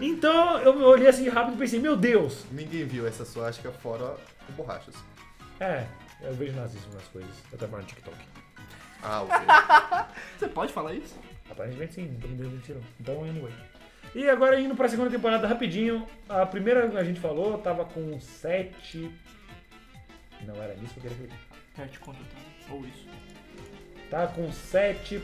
Então eu olhei assim rápido e pensei, meu Deus. Ninguém viu essa suástica é fora o Borrachas. É, eu vejo nazismo nas coisas. Eu trabalho no TikTok. Ah, ok. Você pode falar isso? Aparentemente sim, não deu mentira. Então, anyway. E agora indo pra segunda temporada rapidinho. A primeira que a gente falou tava com 7. Não era nisso que eu queria ver. Perde quanto tá? Ou isso. Tá com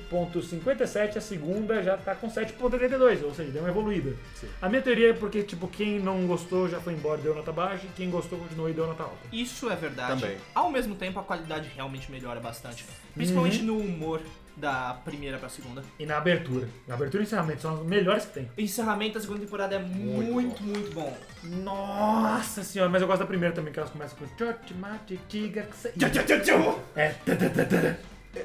7.57, a segunda já tá com 7.82, ou seja, deu uma evoluída. A minha teoria é porque, tipo, quem não gostou já foi embora e deu nota baixa, e quem gostou continuou e deu nota alta. Isso é verdade. Também. Ao mesmo tempo, a qualidade realmente melhora bastante. Principalmente Uhum. no humor da primeira pra segunda. E na abertura. Na abertura e encerramento são as melhores que tem. O encerramento da segunda temporada é muito, Muito muito, bom. Nossa senhora, mas eu gosto da primeira também, que elas começam com. Tchotchi, mate, tiga, que se- É, tã, tã, tã, tã, tã.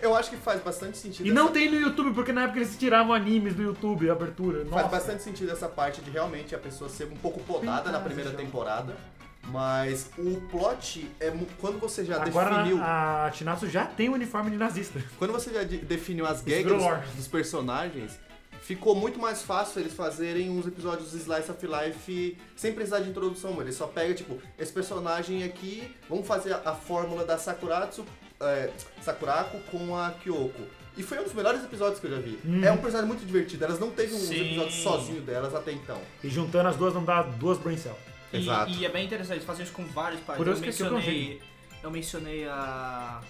Eu acho que faz bastante sentido. E essa- não tem no YouTube, porque na época eles tiravam animes do YouTube, a abertura. Faz Nossa. bastante sentido essa parte de realmente a pessoa ser um pouco podada na primeira temporada. Mas o plot é mu- quando você já Agora definiu. a Shinatsu já tem o uniforme de nazista. Quando você já de- definiu as gags virou lore. dos personagens, ficou muito mais fácil eles fazerem uns episódios Slice of Life sem precisar de introdução. Ele só pega, tipo, esse personagem aqui, vamos fazer a, a fórmula da Sakuratsu, é, Sakurako com a Kyoko. E foi um dos melhores episódios que eu já vi. Uhum. É um personagem muito divertido. Elas não teve uns Sim. episódios sozinho delas até então. E juntando as duas não dá duas brain cell. E, Exato. e é bem interessante, eles fazem isso com vários Por países. isso Eu que é esse eu mencionei. Eu mencionei a.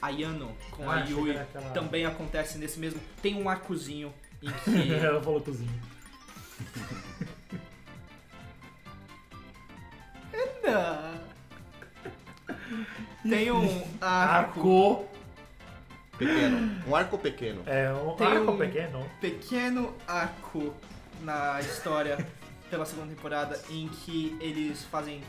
A Yano com Ah, a achei Yui. que era aquela- Também acontece nesse mesmo. Tem um arcozinho em que. Ela falou cozinha. Ah. Tem um arco Arco. Pequeno. Um arco pequeno. É, um Tem arco um- pequeno. pequeno arco na história pela segunda temporada em que eles fazem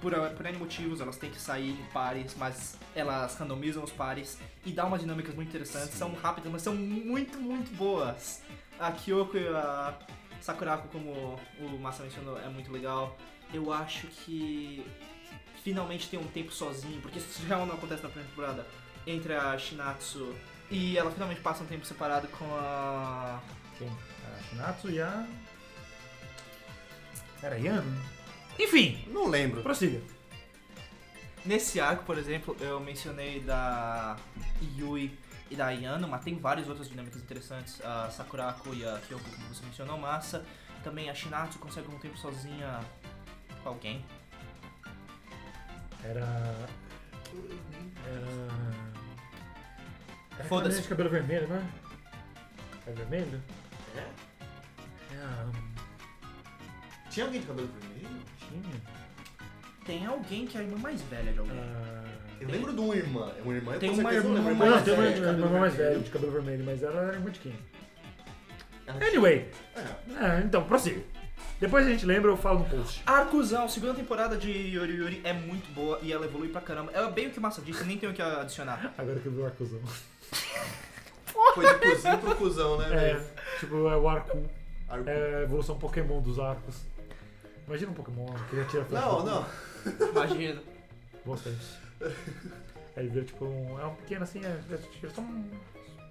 por, por N motivos, elas têm que sair em pares, mas elas randomizam os pares e dá umas dinâmicas muito interessantes, são rápidas, mas são muito, muito boas. A Kyoko e a Sakurako, como o Massa mencionou, é muito legal. Eu acho que finalmente tem um tempo sozinho, porque isso já não acontece na primeira temporada, entre a Shinatsu e ela finalmente passa um tempo separado com a. Quem? É, A Shinatsu e a. Era Yano? Enfim, Não lembro. prossiga. Nesse arco, por exemplo, eu mencionei da Yui e da Ayano, mas tem várias outras dinâmicas interessantes. A Sakurako e a Kyoko, como você mencionou, massa. Também a Shinatsu consegue um tempo sozinha com alguém. Era. Era. Era aquela Foda-se. menina de cabelo vermelho, não é? É vermelho? É? a Tinha alguém de cabelo vermelho? Tinha. Tem alguém que é a irmã mais velha de alguém. Ah, Eu lembro de uma irmã. Uma irmã eu Tem com uma certeza não irmã lembro. mais Não, tem uma velha, uma irmã mais velha, de cabelo vermelho, mas ela era irmã de quem? Anyway, É. é, então, prossigo. Depois a gente lembra, eu falo no post. Arcuzão, segunda temporada de Yuri Yuri é muito boa e ela evolui pra caramba. Ela é bem o que massa disse, nem tenho o que adicionar. Agora que eu vi o arcuzão. Foi de cozinho pro cuzão, né, É, velho? tipo, é o arco. Arco. É a evolução Pokémon dos arcos. Imagina um Pokémon que ele atira flash. Não, não. Imagina. Bons tempos. Aí vira tipo um. É um pequeno assim, é, é só um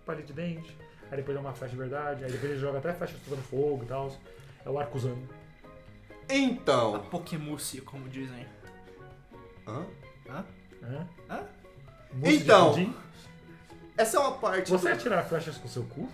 palito de dente. Aí depois é uma flecha de verdade. Aí depois ele joga até flecha soltando fogo e tal. É o arcuzano. A Então. Pokémussi, como dizem. Hã? Hã? Hã? Hã? Mousse né? de Então. pudim. Essa é uma parte. Você do... atirar flechas com seu cu?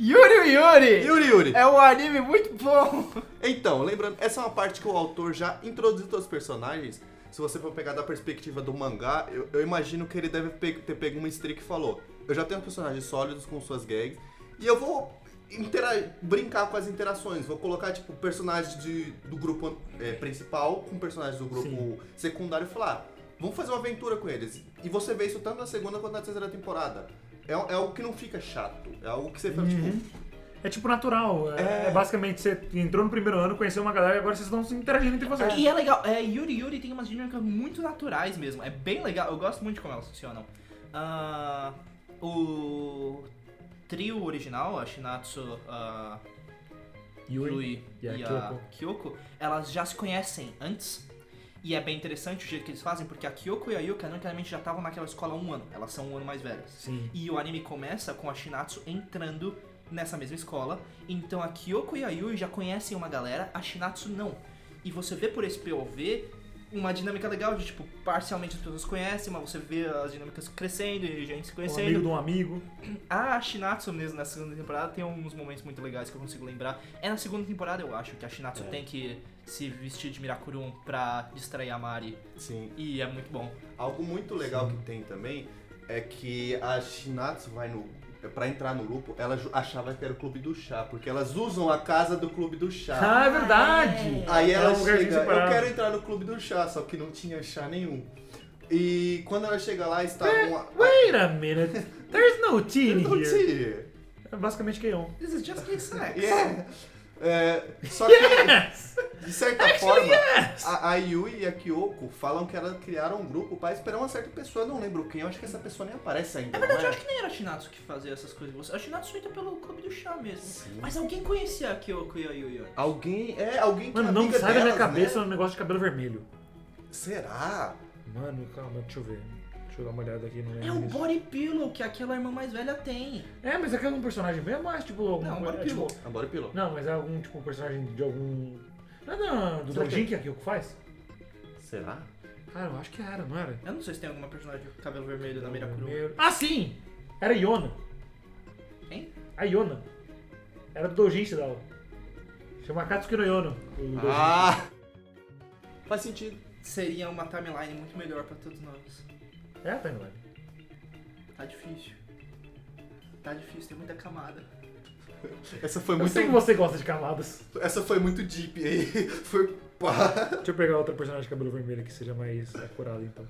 Yuri Yuri! Yuri Yuri! É um anime muito bom! Então, lembrando, essa é uma parte que o autor já introduziu os personagens. Se você for pegar da perspectiva do mangá, eu, eu imagino que ele deve pe- ter pego uma estria que falou: Eu já tenho personagens sólidos com suas gags, e eu vou intera- brincar com as interações. Vou colocar, tipo, personagens de- do grupo é, principal com personagens do grupo Sim. secundário e falar: "Ah, Vamos fazer uma aventura com eles. E você vê isso tanto na segunda quanto na terceira temporada. É, é algo que não fica chato. É algo que você fala, tipo, É tipo natural. É, é basicamente você entrou no primeiro ano, conheceu uma galera e agora vocês estão se interagindo entre vocês. E é legal, é, Yuri Yuri tem umas dinâmicas muito naturais mesmo. É bem legal, eu gosto muito de como elas funcionam. Ah, o trio original, a Shinatsu, a Yuri. Yui e e a a, Kyoko, elas já se conhecem antes. E é bem interessante o jeito que eles fazem, porque a Kyoko e a Yuka normalmente já estavam naquela escola há um ano. Elas são um ano mais velhas. Sim. E o anime começa com a Shinatsu entrando nessa mesma escola. Então a Kyoko e a Yui já conhecem uma galera, a Shinatsu não. E você vê por esse POV uma dinâmica legal de tipo, parcialmente as pessoas conhecem, mas você vê as dinâmicas crescendo e gente se Um amigo conhecendo. de um amigo. A Shinatsu mesmo na segunda temporada tem alguns momentos muito legais que eu consigo lembrar. É na segunda temporada, eu acho, que a Shinatsu tem que se vestir de Mirakurum pra distrair a Mari. sim, E é muito bom. Algo muito legal que tem também é que a Shinatsu vai no. Pra entrar no grupo, ela ju- achava que era o clube do chá, porque elas usam a casa do clube do chá. Ah, é verdade! Aí ela É um lugarzinho chega, eu separado." quero entrar no clube do chá, só que não tinha chá nenhum. E quando ela chega lá, está uma. É, Wait a minute. There's no tea in Não here. tinha. É basicamente Keion. This is just gay sex. Yeah. É, só que, Yes! de certa forma, a, a Yui e a Kyoko falam que elas criaram um grupo pra esperar uma certa pessoa, eu não lembro quem, eu acho que essa pessoa nem aparece ainda. Na verdade, eu não é? acho que nem era a Shinatsu que fazia essas coisas. A Shinatsu entra pelo clube do chá mesmo. Mas alguém conhecia a Kyoko e a Yuyo. Alguém. É, alguém que é Mano, não amiga sai da minha delas, né? cabeça o negócio de cabelo vermelho. Será? Mano, calma, deixa eu ver. Deixa eu dar uma olhada aqui no É o Body Pillow que aquela irmã mais velha tem. É, mas é que é um personagem bem mais, tipo. alguma Não, coisa- Body é, tipo- Pillow. Agora pilou. Não, mas é algum tipo personagem de algum. Não, não, do Será que- Dojin que é aquilo que faz? Será? Cara, eu acho que era, não era? Eu não sei se tem alguma personagem com cabelo vermelho na Mirakuru. Primeiro- Ah, sim! Era Iona. Hein? A Iona. Era do Dojin que se dava. Chama Katsuki no Yono. O Dojin. Ah! Faz sentido. Seria uma timeline muito melhor pra todos nós. É a Tá timeline. Tá difícil. Tá difícil, tem muita camada. Essa foi Eu muito. sei que você gosta de camadas. Essa foi muito deep aí. Foi pá. Deixa eu pegar outra personagem de cabelo vermelho que seja mais acurada, então.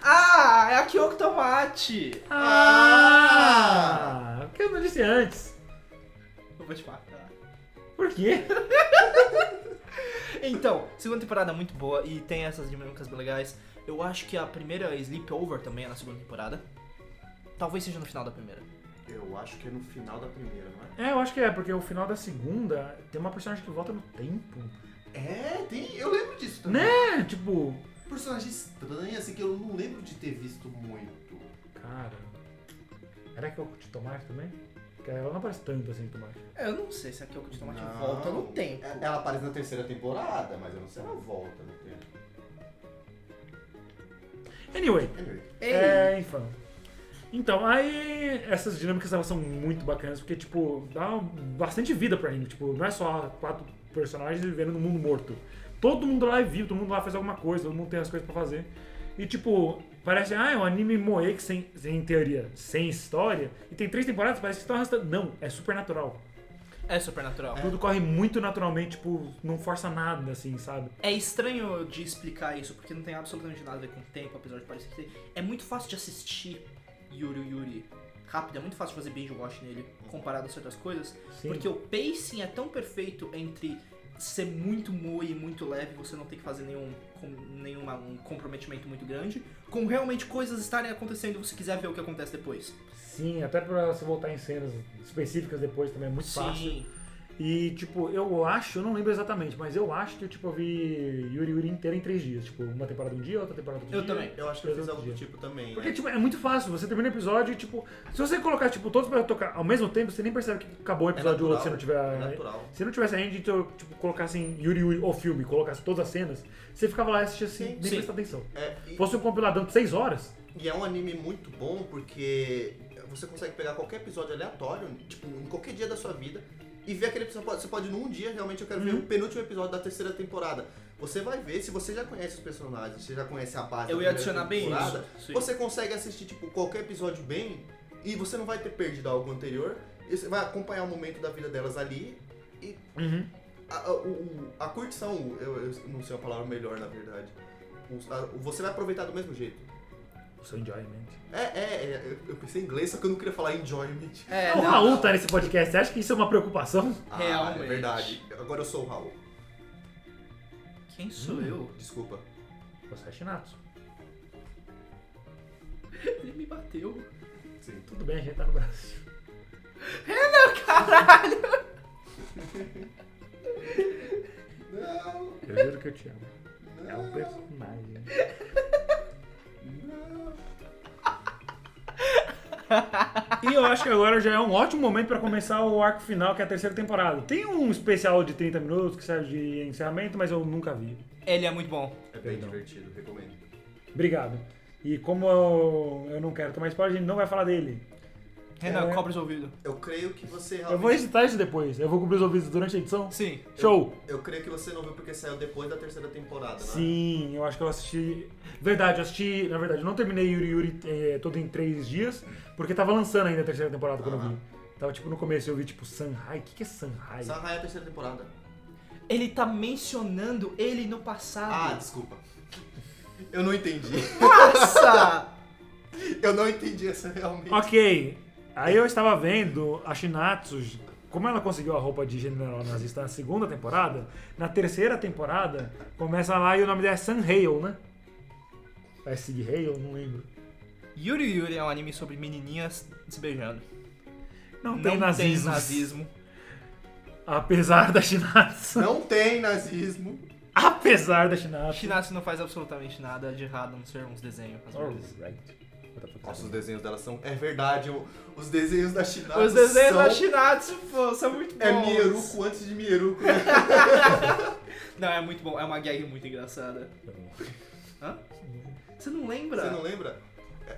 Ah, é a Kyoko Tomate! Ah! Ah, porque eu não disse antes. Eu vou te matar. Por quê? Então, segunda temporada é muito boa e tem essas dinâmicas bem legais. Eu acho que a primeira Sleepover também é na segunda temporada. Talvez seja no final da primeira. Eu acho que é no final da primeira, não é? É, eu acho que é, porque o final da segunda tem uma personagem que volta no tempo. É, tem. Eu lembro disso também. Né? É, tipo. Personagem estranho, assim, que eu não lembro de ter visto muito. Cara. Era que eu de tomate também? Porque ela não aparece tanto assim de tomate. É, Eu não sei se a Kyoko de Tomate Não. volta no tempo. É- Ela aparece na terceira temporada, mas eu não sei se ela volta no tempo. Anyway, Anyway. é, enfim. Então, aí essas dinâmicas elas são muito bacanas, porque, tipo, dá bastante vida pra anime. Tipo, não é só quatro personagens vivendo num mundo morto. Todo mundo lá é vivo, todo mundo lá faz alguma coisa, todo mundo tem as coisas pra fazer. E, tipo, parece, ah, é um anime moe que sem, sem teoria, sem história. E tem três temporadas, parece que estão arrastando. Não, é supernatural. É supernatural. Tudo corre muito naturalmente, tipo, não força nada, assim, sabe? É estranho de explicar isso, porque não tem absolutamente nada a ver com o tempo, apesar de parecer que tem. É muito fácil de assistir Yuri Yuri rápido, é muito fácil de fazer binge watch nele, comparado a certas coisas, Sim. porque o pacing é tão perfeito entre ser muito moe e muito leve, você não tem que fazer nenhum, com, nenhuma, um comprometimento muito grande, com realmente coisas estarem acontecendo e você quiser ver o que acontece depois. Sim, até pra você voltar em cenas específicas depois também é muito fácil. Sim. E, tipo, eu acho, eu não lembro exatamente, mas eu acho que, tipo, eu vi Yuri Yuri inteira em três dias. Tipo, uma temporada um dia, outra temporada outro Eu dia. também. Eu acho que eu fiz Outro algo do dia. tipo também. Porque, é. tipo, é muito fácil. Você termina o episódio e, tipo, se você colocar, tipo, todos pra tocar ao mesmo tempo, você nem percebe que acabou o É episódio natural, se não tiver. É natural. Se não tivesse end, então, tipo, colocasse em Yuri Yuri o filme, colocasse todas as cenas, você ficava lá e assistia assim, nem Sim. prestava atenção. É, e- Fosse um compiladão de seis horas, E é um anime muito bom porque você consegue pegar qualquer episódio aleatório, tipo, em qualquer dia da sua vida, e ver aquele episódio. Você pode, num dia, realmente, eu quero Uhum. ver o penúltimo episódio da terceira temporada. Você vai ver, se você já conhece os personagens, você já conhece a base Eu da ia primeira adicionar bem temporada, isso. Sim. Você consegue assistir, tipo, qualquer episódio bem, e você não vai ter perdido algo anterior, e você vai acompanhar o momento da vida delas ali, e a, a- o- o- a curtição, eu, eu não sei uma palavra melhor, na verdade. Os- a- Você vai aproveitar do mesmo jeito. o seu enjoyment. É, é, é, eu- eu pensei em inglês, só que eu não queria falar enjoyment. É, o não, Raul não. tá nesse podcast, você acha que isso é uma preocupação? Realmente. é verdade. Agora eu sou o Raul. Quem sou Hum. eu? Desculpa. Você é Shinatsu. Ele me bateu. Sim. Tudo bem, a gente tá no Brasil. Caralho! Não, Eu juro que eu te amo. É um personagem. E eu acho que agora já é um ótimo momento pra começar o arco final, que é a terceira temporada. Tem um especial de 30 minutos que serve de encerramento, mas eu nunca vi. Ele é muito bom. É bem Perdão. divertido, recomendo. Obrigado. E como eu, eu não quero tomar spoiler, a gente não vai falar dele. Renan, É. cobra os ouvidos. Eu creio que você Eu vou realmente. editar isso depois. Eu vou cobrir os ouvidos durante a edição. Sim. Show! Eu creio que você não viu porque saiu depois da terceira temporada, né? Sim, eu acho que eu assisti. Verdade, eu assisti. Na verdade, eu não terminei Yuri Yuri eh, todo em três dias, porque tava lançando ainda a terceira temporada quando eu Aham. vi. Tava tipo no começo, eu vi tipo Sanhai. O que, que é Sanhai? Sahai é a terceira temporada. Ele tá mencionando ele no Ah, passado. desculpa. Eu não entendi. Nossa! Eu não entendi essa realmente. Ok. Aí eu estava vendo a Shinatsu, como ela conseguiu a roupa de general nazista na segunda temporada, na terceira temporada, começa lá e o nome dela é Sun Hale, né? É Sig Hale? Não lembro. Yuri Yuri é um anime sobre menininhas se beijando. Não, tem nazismo. nazismo. Apesar da Shinatsu. Não tem nazismo. Apesar da Shinatsu. Shinatsu não faz absolutamente nada de errado, a não ser uns desenhos. às Oh. vezes. Nossa, os desenhos dela são. É verdade, o- os desenhos da Shinatsu. Os desenhos são... da Shinatsu pô, são muito bons. É Mieruko antes de Mieruko. né? Não, é muito bom. É uma gag muito engraçada. Hã? Você não lembra? Você não lembra?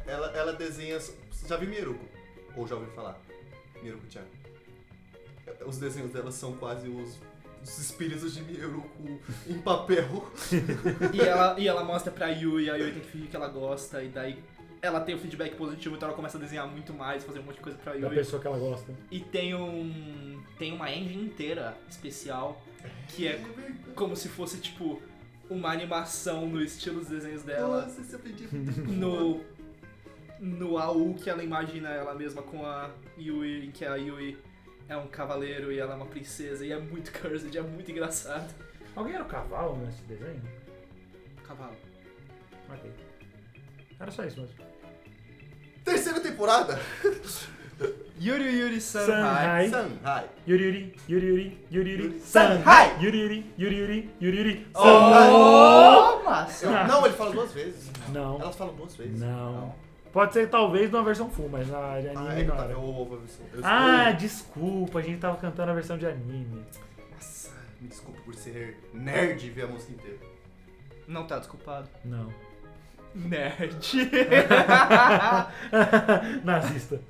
Ela, ela desenha. Já viu Mieruko? Ou já ouviu falar? Mieruko Chan. Os desenhos dela são quase os, os espíritos de Mieruko em papel. E ela, e ela mostra pra Yui, a Yui tem que fingir que ela gosta, e daí ela tem o feedback positivo, então ela começa a desenhar muito mais, fazer um monte de coisa pra Da Yui. pessoa que ela gosta. E tem um. tem uma engine inteira especial, que é como se fosse tipo uma animação no estilo dos desenhos dela, Nossa, esse vídeo é muito bom. no. no AU que ela imagina ela mesma com a Yui, em que a Yui é um cavaleiro e ela é uma princesa, e é muito cursed, é muito engraçado. Alguém era o cavalo nesse desenho? Cavalo. Ok. Era só isso mesmo. Terceira temporada? Yuri Yuri Sanhai. Sanhai. Sanhai. Yuri Yuri, Yuri Yuri, Yuri Yuri. Sanhai! Yuri Yuri, Yuri Yuri, Yuri Yuri. Oh, Eu- massa! não, ele fala duas vezes. Não, Elas falam duas vezes. não. Pode ser talvez numa versão full, mas na de Ah, anime é, não tá, era. eu ouvo a versão. Eu Ah, desculpa, a gente tava cantando a versão de anime. Nossa, me desculpa por ser nerd e ver a música inteira. Não tá desculpado. Não. Nerd. Nazista.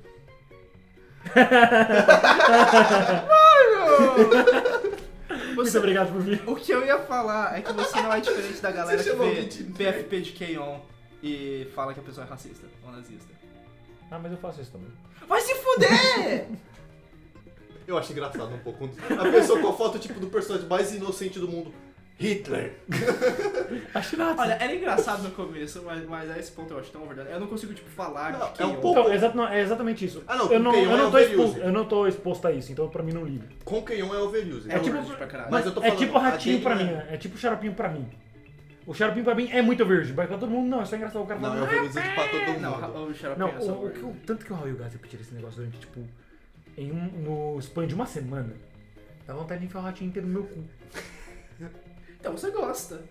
Muito Você- obrigado por vir. O que eu ia falar é que você não é diferente da galera Você que chamou alguém vê de nerd? BFP de K-On! e fala que a pessoa é racista ou nazista. Ah, mas eu faço isso também. Vai se fuder! Eu acho engraçado um pouco. quando A pessoa com a foto tipo do personagem mais inocente do mundo. Hitler. Acho nada. Olha, era engraçado no começo, mas, mas a esse ponto eu acho tão verdade. Eu não consigo, tipo, falar Não, de é quem um eu- pouco- Então, exa- não, é exatamente isso. Ah, não, eu, não, ok, eu, um não tô é exposto, overuse. eu não tô exposto a isso, então pra mim não liga. Com quem é overuse. É então. tipo- tipo, pra caralho. Mas eu tô é falando, tipo ratinho aquele pra não é. mim, né? é tipo xaropinho pra mim. O xaropinho pra mim é muito verde, mas pra todo mundo não, é só engraçado o cara Não, é falando. overuse pra todo mundo. Não, o Xarope Não, é só o, o que eu- tanto que o Raul e o Gás repetiram esse negócio durante, tipo, em um, no span de uma semana, dá vontade de enfiar o ratinho inteiro no meu cu. Então você gosta.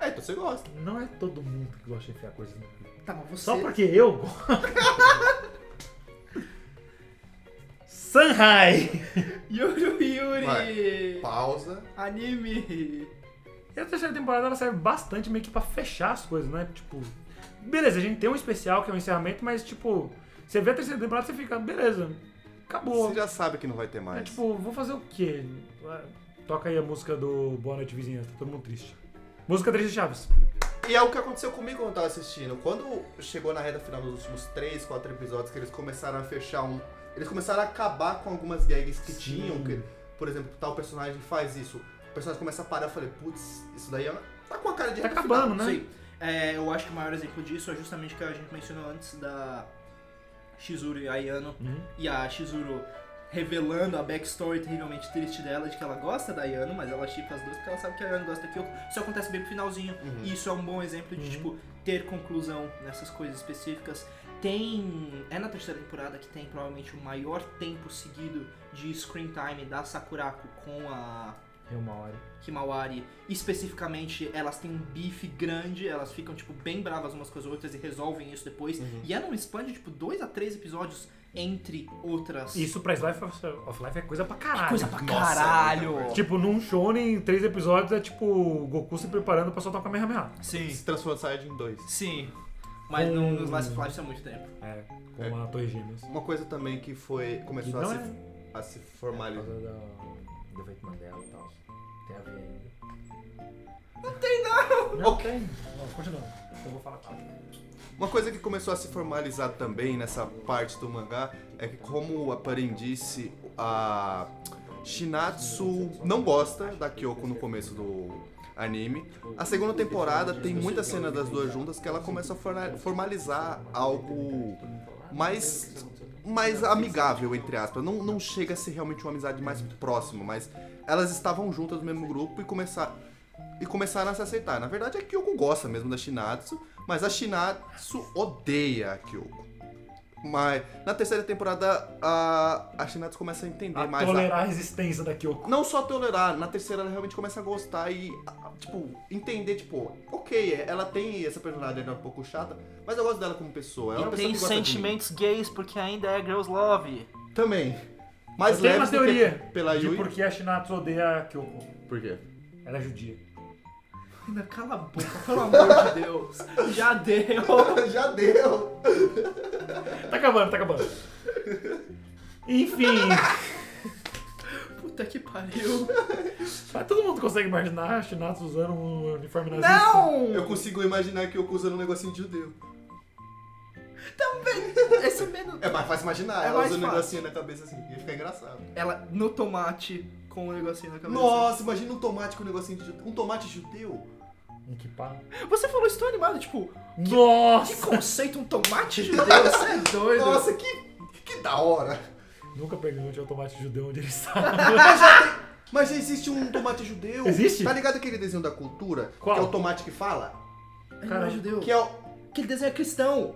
É, então você gosta. Não é todo mundo que gosta de enfiar coisas no cu. Tá, mas você... Só porque eu gosto. Sanhai! Yuri Yuri! Vai. Pausa. Anime! E a terceira temporada ela serve bastante meio que pra fechar as coisas, né? Tipo, beleza, a gente tem um especial que é um encerramento, mas tipo, você vê a terceira temporada e você fica, beleza, acabou. Você já sabe que não vai ter É mais. tipo, vou fazer o quê? Ah, Toca aí a música do Boa Noite Vizinhança, tá todo mundo triste. Música triste Chaves. E é o que aconteceu comigo quando eu tava assistindo. Quando chegou na reta final dos últimos 3, 4 episódios, que eles começaram a fechar um. Eles começaram a acabar com algumas gags que Sim. tinham. Que, por exemplo, tal personagem faz isso. O personagem começa a parar, eu falei, putz, isso daí é uma- tá com a cara de Tá reta acabando, final. né? Sim. É, eu acho que o maior exemplo disso é justamente o que a gente mencionou antes da Shizuru e Ayano. Uhum. E a Shizuru revelando a backstory terrivelmente triste dela, de que ela gosta da Ayano, mas ela chipa as duas porque ela sabe que a Ayano gosta da Kyoko. Isso acontece bem pro finalzinho. Uhum. E isso é um bom exemplo de, Uhum. tipo, ter conclusão nessas coisas específicas. Tem. É na terceira temporada que tem provavelmente o maior tempo seguido de screen time da Sakurako com a É uma hora. Himawari, especificamente, elas têm um bife grande, elas ficam, tipo, bem bravas umas com as outras e resolvem isso depois. Uhum. E ela não expande, tipo, dois a três episódios entre outras. Isso pra Slice of of Life é coisa pra caralho. Coisa pra Nossa, caralho! Tipo, num shonen, três episódios é tipo o Goku se preparando pra soltar o Kamehameha. Sim, Se transforma em Saiyajin 2. sim. Mas Hum. no Slice of Life isso é muito tempo. É, com a Torre Gêmeas. Uma coisa também que foi. começou Não a, é- se, a se formar ali. da, do efeito Mandela e tal. Tem a ver ainda. Não tem, não! Não tem. Não, continua. Eu vou falar tal. Uma coisa que começou a se formalizar também nessa parte do mangá é que, como a Parin disse, a Shinatsu não gosta da Kyoko no começo do anime. A segunda temporada tem muita cena das duas juntas que ela começa a forna- formalizar algo mais, mais amigável, entre aspas. Não, não chega a ser realmente uma amizade mais próxima, mas elas estavam juntas no mesmo grupo e começaram e começaram a se aceitar. Na verdade, a Kyoko gosta mesmo da Shinatsu, mas a Shinatsu odeia a Kyoko. Mas na terceira temporada, a, a Shinatsu começa a entender A mais. tolerar a resistência da Kyoko. Não só tolerar, na terceira ela realmente começa a gostar e, a- tipo, entender, tipo, ok, é- ela tem essa personalidade ainda um pouco chata, mas eu gosto dela como pessoa. Ela é uma pessoa que gosta de mim. gays porque ainda é Girls Love. Também. Mais Eu tenho leve uma do que teoria pela de Yui. por que a Shinatsu odeia a Kyoko. Por quê? Ela é judia. Ainda cala a boca, pelo amor de Deus. Já deu. Já deu! Tá acabando, tá acabando. Enfim, Puta que pariu. mas todo mundo consegue imaginar a Shinatsu usando um uniforme nazista. Não! Eu consigo imaginar que eu usando um negocinho de judeu. Esse medo. É mais fácil imaginar, É ela mais usa um fácil. negocinho na cabeça assim, ia ficar engraçado. Ela no tomate com o negocinho na cabeça. Nossa, imagina um tomate com um negocinho de judeu. Um tomate judeu? Um kipá. Você falou isso tão animado, tipo, que Nossa! conceito, um tomate judeu? Você é doido. Nossa, que, que da hora! Nunca pergunte ao tomate judeu onde ele está. Mas já existe um tomate judeu. Existe? Tá ligado aquele desenho da cultura? Qual? Que é o tomate que fala? Ele não Cara, é judeu. Que é o... Aquele desenho é cristão.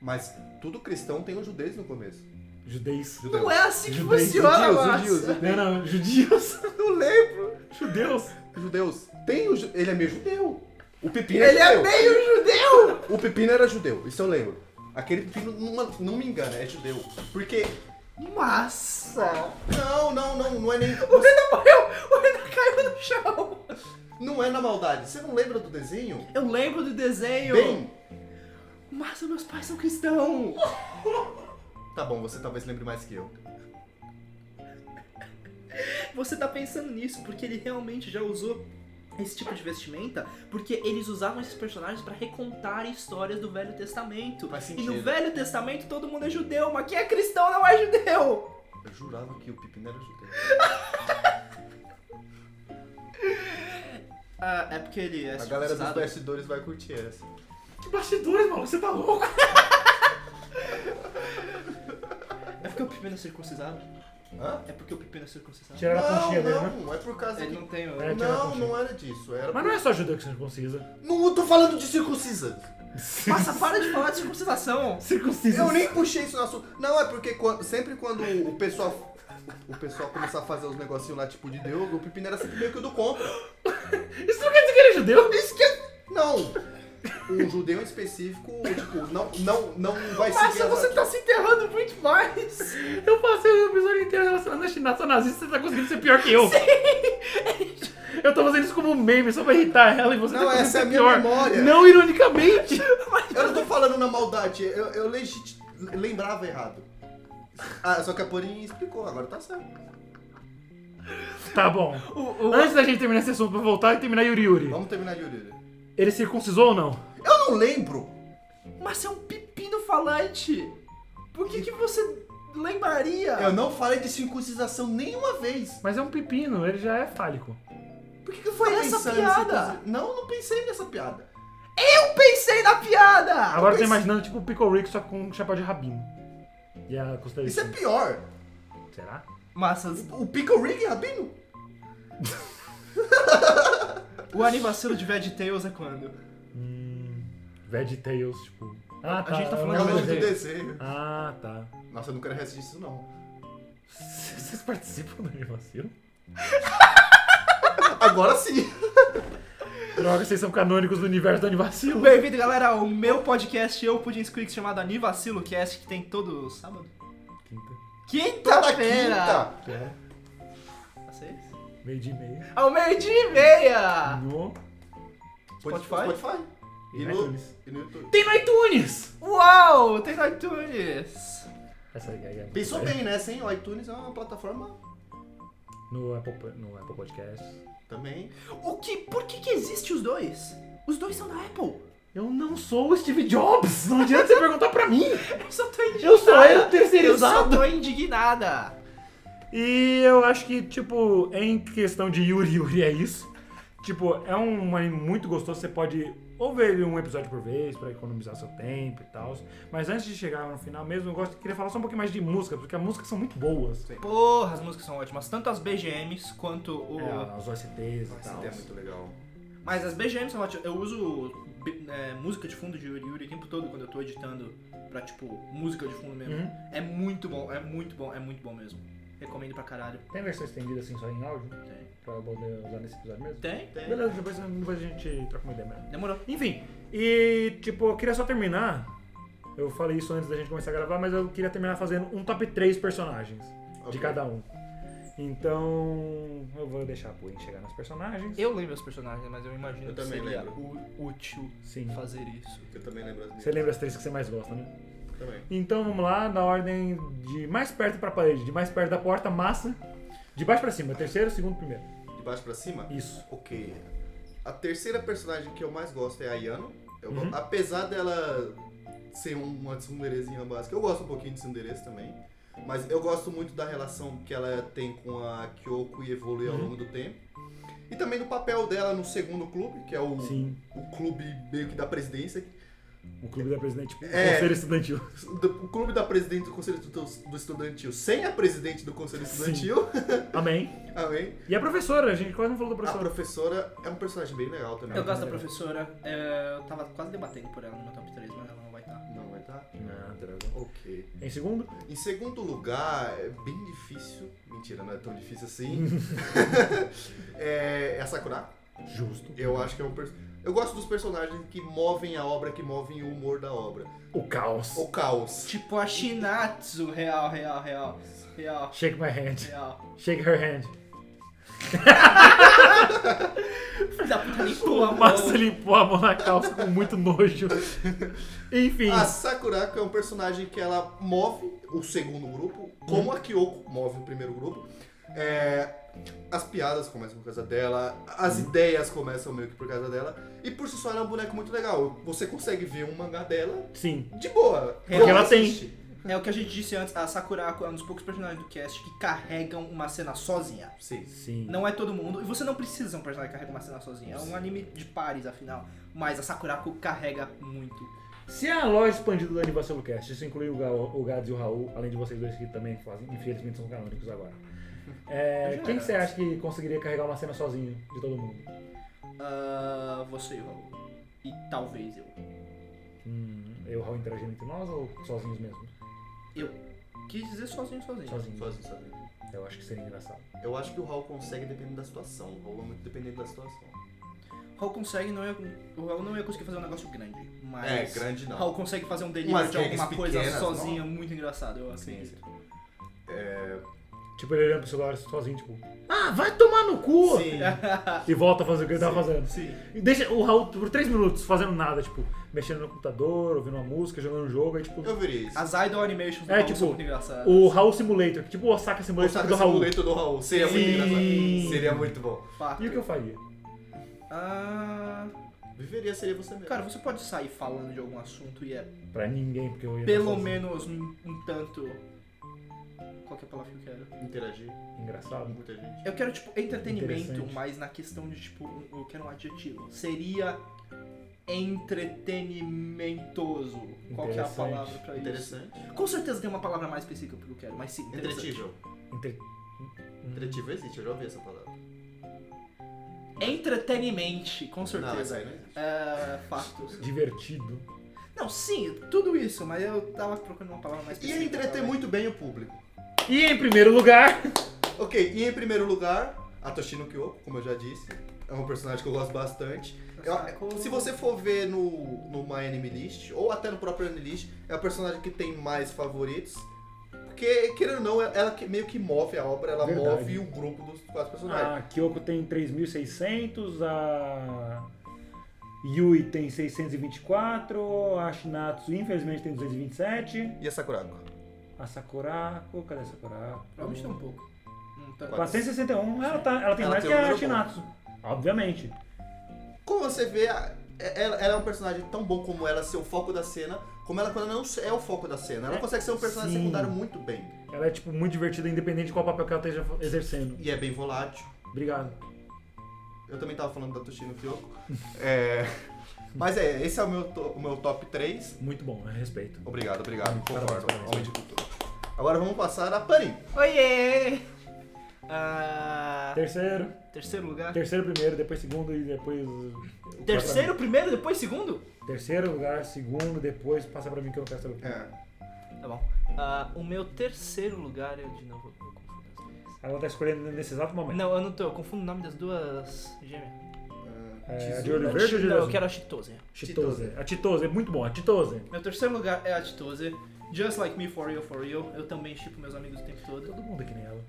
Mas tudo cristão tem um judez no começo. Judeis. Não é assim que Judeu, funciona, judeus, Max. judeus, Não, judeus. não, judios. Não lembro. Judeus. Judeus. Tem o ju- Ele é meio judeu. O pepino Ele é é judeu. meio judeu. O pepino era judeu, isso eu lembro. Aquele pepino, não, não me engana, é judeu. Porque... Massa. Não, não, não, não é nem... O Renan morreu. O Renan caiu no chão. Não é na maldade. Você não lembra do desenho? Eu lembro do desenho. Bem... Massa, meus pais são cristãos. Tá bom, você talvez lembre mais que eu. Você tá pensando nisso porque ele realmente já usou esse tipo de vestimenta porque eles usavam esses personagens pra recontar histórias do Velho Testamento. Faz E no sentido. Velho Testamento todo mundo é judeu, mas quem é cristão não é judeu. Eu jurava que o Pepino era judeu. Ah, é porque ele é A galera dos circuncisado. bastidores vai curtir essa. Que bastidores, maluco, você tá louco? É porque o pepino é circuncisado. Hã? É porque o pepino é circuncisado. Tiraram a conchinha dele, né? não, não, é por causa Ele que... não tem o... É. tiraram a Não, conchinha. não era disso. Era... Mas não é só judeu que circuncisa. Não, eu tô falando de circuncisa. Passa, para de falar de circuncisação! Circuncisa. Eu nem puxei isso no assunto. Não, é porque quando- sempre quando o pessoal. O pessoal começar a fazer os negocinhos lá, tipo de Deus, o Pepino era sempre meio que o do contra. Isso não quer dizer que ele é judeu? Isso que é- Não! Um judeu em específico, tipo, não, não, não vai seguir. Márcio, as- você tá se enterrando muito mais! Eu passei o episódio inteiro relacionando a nação nazista, você tá conseguindo ser pior que eu. Eu tô fazendo isso como um meme, só pra irritar ela e você Não, tá conseguindo essa é a ser minha pior. memória. Não ironicamente. tá- Eu não tô falando na maldade, eu, eu legit- lembrava errado. Ah, só que a Porinha explicou, agora tá certo. Tá bom. O- o- Antes da gente terminar esse assunto, pra voltar e terminar Yuri Yuri. Vamos terminar de orelha. Ele circuncisou ou não? Eu não lembro! Márcio é um pepino falante! Por que que você lembraria? Eu não falei de circuncisação nenhuma vez. Mas é um pepino, ele já é fálico. Por que, que eu fui Foi essa pensando em piada? circuncisa- Não, eu não pensei nessa piada. Pensei na piada! Agora eu tô Pensei- imaginando tipo o Pickle Rick só com um chapéu de rabino. E a costela de Isso é cima. pior. Será? Massas, O é Pickle Rick e Rabino? o anivacilo de VegTales é quando? Hum. Vegetails, tipo. Ah, tá. gente tá eu falando É o lembro de nome do dele. desenho. Ah, tá. Nossa, eu não quero assistir isso não. Vocês participam do Animacil? Agora sim. Droga, vocês são canônicos do universo do Animacil. Bem-vindo, galera, ao meu podcast Eu Pudim Squeaks chamado Anivacilo Cast, que tem todo sábado. Toda Quinta-feira! quinta. Às seis? é Meio dia e meia. Ao meio-dia e Ah. meia! No. Spotify? Spotify. E E no no, iTunes. e no YouTube. Tem no iTunes! Uau, tem no iTunes! Essa aí é Pensou bem, né? Sem o iTunes é uma plataforma No Apple, no Apple Podcast. também. O que, por que que existe os dois? Os dois são da Apple. Eu não sou o Steve Jobs! Não adianta você perguntar pra mim! Eu só tô indignada. Eu sou eu Eu só terceirizado! tô indignada. E eu acho que, tipo, em questão de Yuri Yuri é isso. Tipo, é um anime muito gostoso, você pode ou ver ele um episódio por vez pra economizar seu tempo e tal. Mas antes de chegar no final mesmo, eu gosto, queria falar só um pouquinho mais de música, porque as músicas são muito boas. Porra, as músicas são ótimas. Tanto as BGMs quanto o... É, os OSTs e é tal. legal. Mas as BGMs são ótimas. Eu uso b- é, música de fundo de Yuri Yuri o tempo todo quando eu tô editando pra, tipo, música de fundo mesmo. Uhum. É muito bom, é muito bom, é muito bom mesmo. Recomendo pra caralho. Tem versão estendida assim só em áudio? Tem. Pra eu poder usar nesse episódio mesmo? Tem? Beleza, depois, depois a gente troca uma ideia mesmo. Demorou. Enfim, e tipo, eu queria só terminar. Eu falei isso antes da gente começar a gravar, mas eu queria terminar fazendo um top 3 personagens de Ok. cada um. Então, eu vou deixar a Puin chegar nos personagens. Eu lembro os personagens, mas eu imagino Eu que também seria lembro. ú- útil Sim. fazer isso. Eu também lembro as minhas. Você lembra as três que você mais gosta, né? Também. Então vamos lá, na ordem de mais perto pra parede, de mais perto da porta, massa. De baixo pra cima, terceiro, segundo, primeiro. De baixo pra cima? Isso. Ok. A terceira personagem que eu mais gosto é a Ayano. Eu go- Uhum. Apesar dela ser um, uma tsunderezinha básica, eu gosto um pouquinho de tsundereza também. Mas eu gosto muito da relação que ela tem com a Kyoko e evolui ao Uhum. longo do tempo. E também do papel dela no segundo clube, que é o, Sim, o clube meio que da presidência. o clube da presidente, o É. conselho estudantil. do- O clube da presidente do conselho estu- do estudantil sem a presidente do conselho Sim. estudantil. Amém. Amém. E a professora, a gente quase não falou da A professora. professora é um personagem bem legal também. Eu gosto da legal. professora. é, Eu tava quase debatendo por ela no meu top 3, mas ela não vai estar. Não vai tá? Ah, droga. Ok. Em segundo? Em segundo lugar, é bem difícil. Mentira, não é tão difícil assim. é, é a Sakura. Justo. Eu acho que é um pers- Eu gosto dos personagens que movem a obra, que movem o humor da obra. O caos. O caos. Tipo a Shinatsu, real, real, real. Real, Shake my hand. real. Shake her hand. Filho da puta, nem O pula, Amassa limpou a mão na calça com muito nojo. Enfim. A Sakurako é um personagem que ela move o segundo grupo, como a Kyoko move o primeiro grupo. É, as piadas começam por causa dela, as ideias começam meio que por causa dela. E por si só ela é um boneco muito legal. Você consegue ver um mangá dela Sim. de boa. Porque ela tem. assiste. É o que a gente disse antes, a Sakurako é um dos poucos personagens do cast que carregam uma cena sozinha. Sim. Sim. Não é todo mundo, e você não precisa de um personagem que carrega uma cena sozinha. É um anime de pares, afinal. Mas a Sakurako carrega muito. Se a loja expandida do Anivacelo Cast, isso inclui o, Ga- o Gads e o Raul, além de vocês dois que também fazem, infelizmente são canônicos agora. É, Já quem era. você acha que conseguiria carregar uma cena sozinho de todo mundo? Ah, você e o Raul. E talvez eu. Hum, eu e o Raul interagindo entre nós ou sozinhos mesmo? Eu quis dizer sozinho, sozinho. Sozinhos. Sozinho, sozinho. Eu acho que seria engraçado. Eu acho que o Raul consegue dependendo da situação. O Raul é muito dependente da situação. O Raul consegue, não ia, o Raul não ia conseguir fazer um negócio grande. É, Mas. grande o não. Raul consegue fazer um delivery Umas de alguma gags coisa pequenas, sozinho, é muito engraçado, eu Sim, acredito. sim. Tipo, ele olhando pro celular sozinho, tipo, ah, vai tomar no cu! Sim. E volta a fazer o que ele tava fazendo. Sim. E deixa o Raul por três minutos fazendo nada, tipo, mexendo no computador, ouvindo uma música, jogando um jogo, aí tipo. Eu virei isso. As idol animations do É, Raul tipo, são muito engraçadas. O Raul Simulator, que tipo o Osaka O Simulator saco do Raul. leito do Raul. Seria muito Sim. engraçado. Seria muito bom. Fato. E o que eu faria? Ah, Viveria seria você mesmo. cara, você pode sair falando de algum assunto e é Pra ninguém, porque eu ia. pelo sozinho. menos um, um tanto. Qual que é a palavra que eu quero? interagir com Engraçado. muita gente. Eu quero, tipo, entretenimento, Interessante. mas na questão de, tipo, um- eu quero um adjetivo. Seria entretenimentoso. Qual que é a Interessante. palavra pra isso? Interessante. Com certeza tem uma palavra mais específica pro que eu quero, mas sim, interessante. Entretível. Entre- Entretível existe, eu já ouvi essa palavra. Entretenimente, com Não, essa certeza. aí não existe. é, fatos. Divertido. Não, sim, tudo isso, mas eu tava procurando uma palavra mais E específica. ele entreter talvez. muito bem o público. E em primeiro lugar. Ok, e em primeiro lugar, a Toshino Kyoko, como eu já disse. É um personagem que eu gosto bastante. Eu- Sacou? Então, se você for ver no, no My Anime List, ou até no próprio Anime List, é o personagem que tem mais favoritos. Porque, querendo ou não, é, ela que- meio que move a obra, ela Verdade. move o grupo dos quatro personagens. A Ah, Kyoko tem 3.600, a Yui tem 624, a Shinatsu infelizmente tem 227, E a Sakurako? a Sakurako, cadê a Sakurako? Provavelmente tem um pouco. Um tanto. 461, ela, tá, ela tem Ela mais tem que um a número Shinatsu, obviamente. Como você vê, a- ela, ela é um personagem tão bom como ela ser o foco da cena, como ela quando não é o foco da cena. Ela É, consegue ser um personagem sim. secundário muito bem. Ela é tipo muito divertida, independente de qual papel que ela esteja exercendo. E é bem volátil. Obrigado. Eu também tava falando da Toshino Kyoko. é... Mas é, esse é o meu, to- o meu top 3. Muito bom, né? Respeito. Obrigado, obrigado. Parabéns, Concordo. parabéns. Homem de cultura. Agora vamos passar a Parim. Oiê! Ah, Terceiro, terceiro lugar? terceiro primeiro, depois segundo e depois... Terceiro, primeiro, depois segundo? Terceiro lugar, segundo, depois passa pra mim que eu não quero saber. o que é. É. Tá bom. Ah, o meu terceiro lugar, eu de novo eu confundo as duas. Ela tá escolhendo nesse exato momento. Não, eu não tô, eu confundo o nome das duas gêmeas. É, a de Tesouro. olho verde ou de olho não, eu azul? quero a Chitose. Chitose. A Chitose, é muito bom, a Chitose. Meu terceiro lugar é a Chitose. Just like me, for real, for real. Eu também chipo meus amigos o tempo todo. Todo mundo aqui nem ela.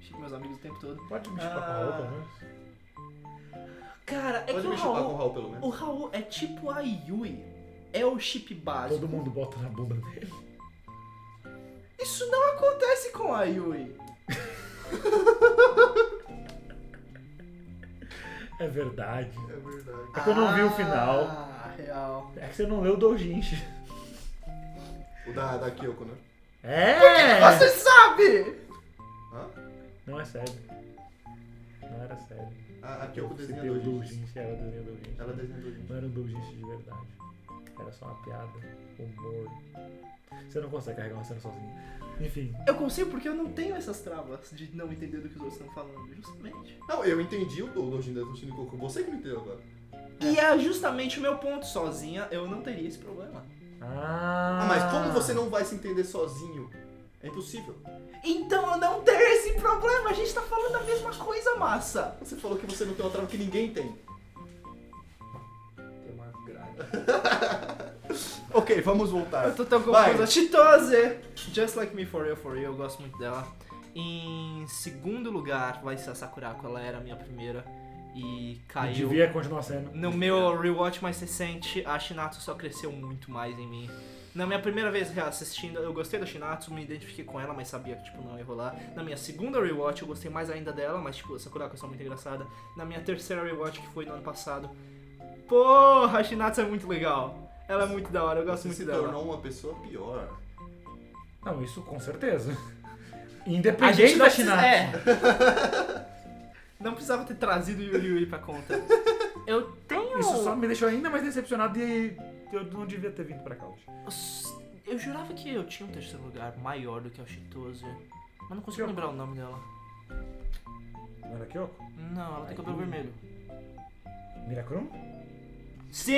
Chipo meus amigos o tempo todo. Pode me chupar Ah. com a roupa, né? Cara, é Pode que o me chupar com o Raul, Raul, pelo o menos. Raul é tipo a Yui. É o chip básico. Todo mundo bota na bunda dele. Isso não acontece com a Yui. É verdade. É verdade. É que eu não vi o final. Ah, real. É que você não leu o Dojinshi. O da, da Kyoko, né? É! Você sabe! Hã? Não é sério. Não era sério. Ah, A, a Kyoko Você desenha deu o é dois gente. Dojinshi, ela desenha o Dojinshi. Ela desenha dois gente. Não era um Dojinshi de verdade. Era só uma piada. Humor. Você não consegue carregar uma cena sozinho. Enfim. Eu consigo porque eu não tenho essas travas de não entender do que os outros estão falando, justamente. Não, eu entendi o do- Dojin da Toshino Kyoko. Você que não entendeu agora. E é justamente o meu ponto. Sozinha eu não teria esse problema. Ah, Ah, mas como você não vai se entender sozinho? É impossível. Então eu não ter esse problema, a gente tá falando a mesma coisa, massa. Você falou que você não tem uma trava que ninguém tem. Tem uma grade. Ok, vamos voltar. Eu tô tão Vai. confusa. Chitose! Just Like Me For Real For Real, eu gosto muito dela. Em segundo lugar vai ser a Sakurako, ela era a minha primeira. E caiu. Devia continuar sendo. No meu rewatch mais recente, a Shinatsu só cresceu muito mais em mim. Na minha primeira vez reassistindo, eu gostei da Shinatsu, me identifiquei com ela, mas sabia que tipo não ia rolar. Na minha segunda rewatch, eu gostei mais ainda dela, mas tipo, a Sakurako é só muito engraçada. Na minha terceira rewatch, que foi no ano passado, porra, a Shinatsu é muito legal. Ela é muito da hora, eu gosto Você muito se dela. tornou uma pessoa pior. Não, isso com certeza. A gente Independente não da precisa, China. é. Não precisava ter trazido o Yuri Yuri pra conta. Eu tenho. Isso só me deixou ainda mais decepcionado e eu não devia ter vindo pra cá hoje. Eu jurava que eu tinha um terceiro lugar maior do que a Chitose. Mas não consigo Kyoko. lembrar o nome dela. Não era Kyoko? Não, ela tem cabelo vermelho. Miracrum? Sim!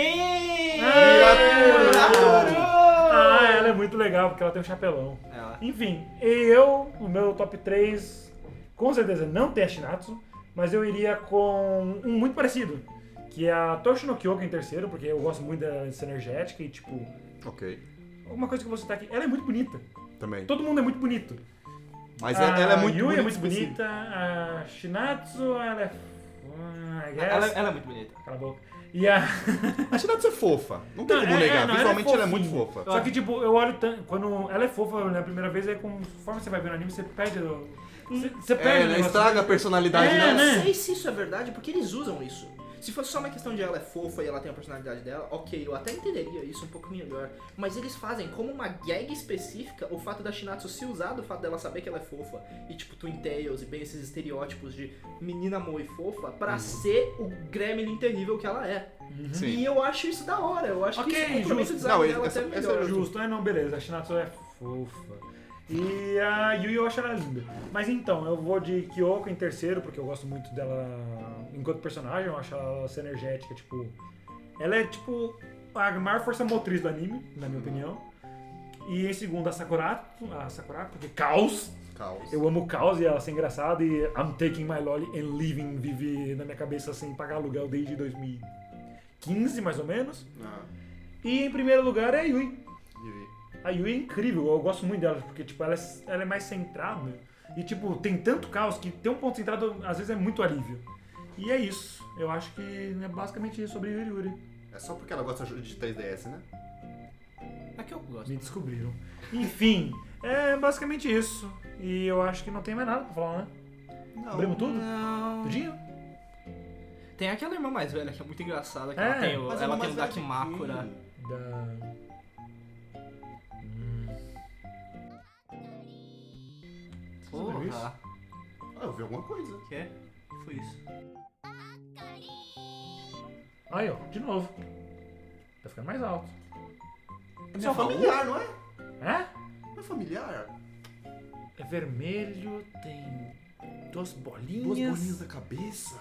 Ah, ela é muito legal porque ela tem um chapelão. Ela. Enfim, eu, o meu top 3, com certeza não tem a Shinatsu, mas eu iria com um muito parecido, que é a Toshi no Kyoko em terceiro, porque eu gosto muito dela ser energética e, tipo, Ok, alguma coisa que você tá aqui, ela é muito bonita. também. Todo mundo é muito bonito. Mas a ela é muito Yui bonita. é muito específica. bonita, a Shinatsu, ela é... Ah, I guess. Ela, ela é muito bonita. Cala a boca. E a... A Shinatsu é fofa. Não tem Não, como é- é, negar. não, ela é Visualmente ela é muito fofinha. fofa. Só que, tipo, eu olho tanto. Quando ela é fofa na primeira vez, aí conforme você vai ver no anime, você perde. o- Você, você perde. o É, né? negócio. estraga a personalidade É, Eu dela. né? não sei se isso é verdade, porque eles usam isso. Se fosse só uma questão de ela é fofa e ela tem a personalidade dela, ok, eu até entenderia isso um pouco melhor. Mas eles fazem como uma gag específica o fato da Shinatsu se usar do fato dela saber que ela é fofa. E tipo, Twin Tails e bem esses estereótipos de menina moe e fofa pra ser o gremlin terrível que ela é. Sim. E eu acho isso da hora, eu acho Ok, que isso complementa justo. o design Não, dela essa- até essa é melhor. Justo, é não, beleza. A Shinatsu é fofa. E a Yui eu acho ela linda. Mas então, eu vou de Kyoko em terceiro, porque eu gosto muito dela enquanto personagem, eu acho ela ser energética, tipo. Ela é tipo a maior força motriz do anime, na minha opinião. E em segundo, a Sakura, a Sakura, porque caos. Caos. Eu amo o caos e ela ser engraçada e I'm taking my lolly and leaving vive na minha cabeça sem pagar aluguel desde 2015, mais ou menos. Ah, E em primeiro lugar é a Yui. Yui. A Yui é incrível, eu gosto muito dela, porque tipo, ela, é, ela é mais centrada. E tipo, tem tanto caos que ter um ponto centrado às vezes é muito alívio. E é isso. Eu acho que é basicamente sobre Yuri Yuri. É só porque ela gosta de 3DS, né? É que eu gosto. Me descobriram. Enfim, é basicamente isso. E eu acho que não tem mais nada pra falar, né? Abrimos tudo? Não. Tudinho? Tem aquela irmã mais velha que é muito engraçada, que É, ela tem o, Mas ela tem é mais o velha que Dakimakura. né? Yui. Da. Sobre isso? Porra. Ah, eu vi alguma coisa. O que? Foi isso. Aí, ó, de novo. Tá ficando mais alto. É familiar, não é? É? Não é familiar? É vermelho, tem duas bolinhas. Duas bolinhas da cabeça.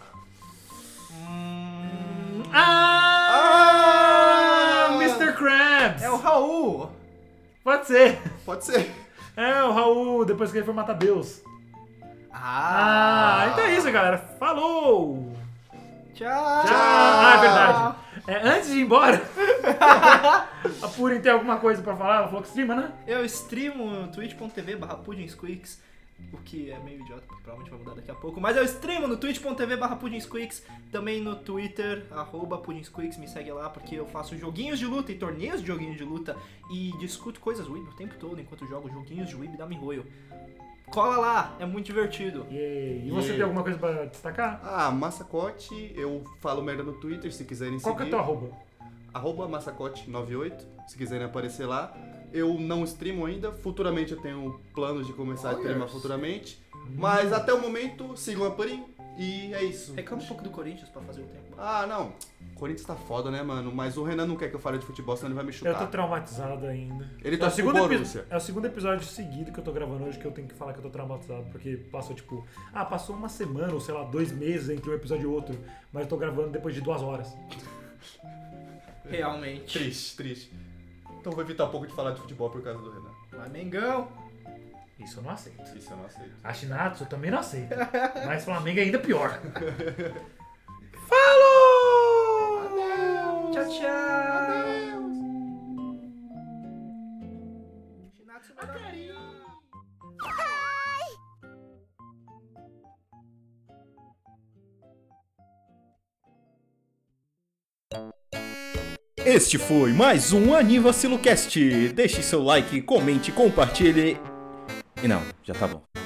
Ah! Ah! Mr. Krabs! É o Raul! Pode ser. Pode ser. É o Raul, depois que ele foi matar Deus. Ah, então é isso, galera. Falou! Tchau! Tchau! Ah, é verdade. É, antes de ir embora, a Purin tem alguma coisa pra falar? Ela falou que streama, né? Eu streamo twitch.tv barra pudinsqueaks, o que é meio idiota, porque provavelmente vai mudar daqui a pouco, mas eu streamo no twitch.tv barra pudinsqueaks, também no Twitter, arroba pudinsqueaks, me segue lá, porque eu faço joguinhos de luta e torneios de joguinho de luta e discuto coisas web o tempo todo enquanto jogo joguinhos de web da Mihoyo. Cola lá, é muito divertido. E você Yeah. tem alguma coisa pra destacar? Ah, Massacote, eu falo merda no Twitter, se quiserem Qual que é seguir. o teu arroba? Arroba Massacote98, se quiserem aparecer lá. Eu não streamo ainda, futuramente eu tenho planos de começar a streamar futuramente. Mas até o momento, sigam a Purim e é isso. Reclama um pouco do Corinthians pra fazer o tempo. Ah, não. Corinthians tá foda, né, mano? Mas o Renan não quer que eu fale de futebol, senão ele vai me Eu tô chutar. traumatizado ainda. Ele é, o tá com o segundo epi- Borussia. é o segundo episódio seguido que eu tô gravando hoje que eu tenho que falar que eu tô traumatizado, porque passou tipo. Ah, passou uma semana, ou sei lá, dois meses entre um episódio e outro, mas eu tô gravando depois de duas horas. Realmente. Triste, triste. Então vou evitar um pouco de falar de futebol por causa do Renan. Vai, Mengão! Isso eu não aceito. Isso eu não aceito. A Shinatsu eu também não aceito. Mas Flamengo é ainda pior. Tchau, tchau. Adeus. Este foi mais um AnivaciloCast. Deixe seu like, comente, compartilhe. E não, já tá bom.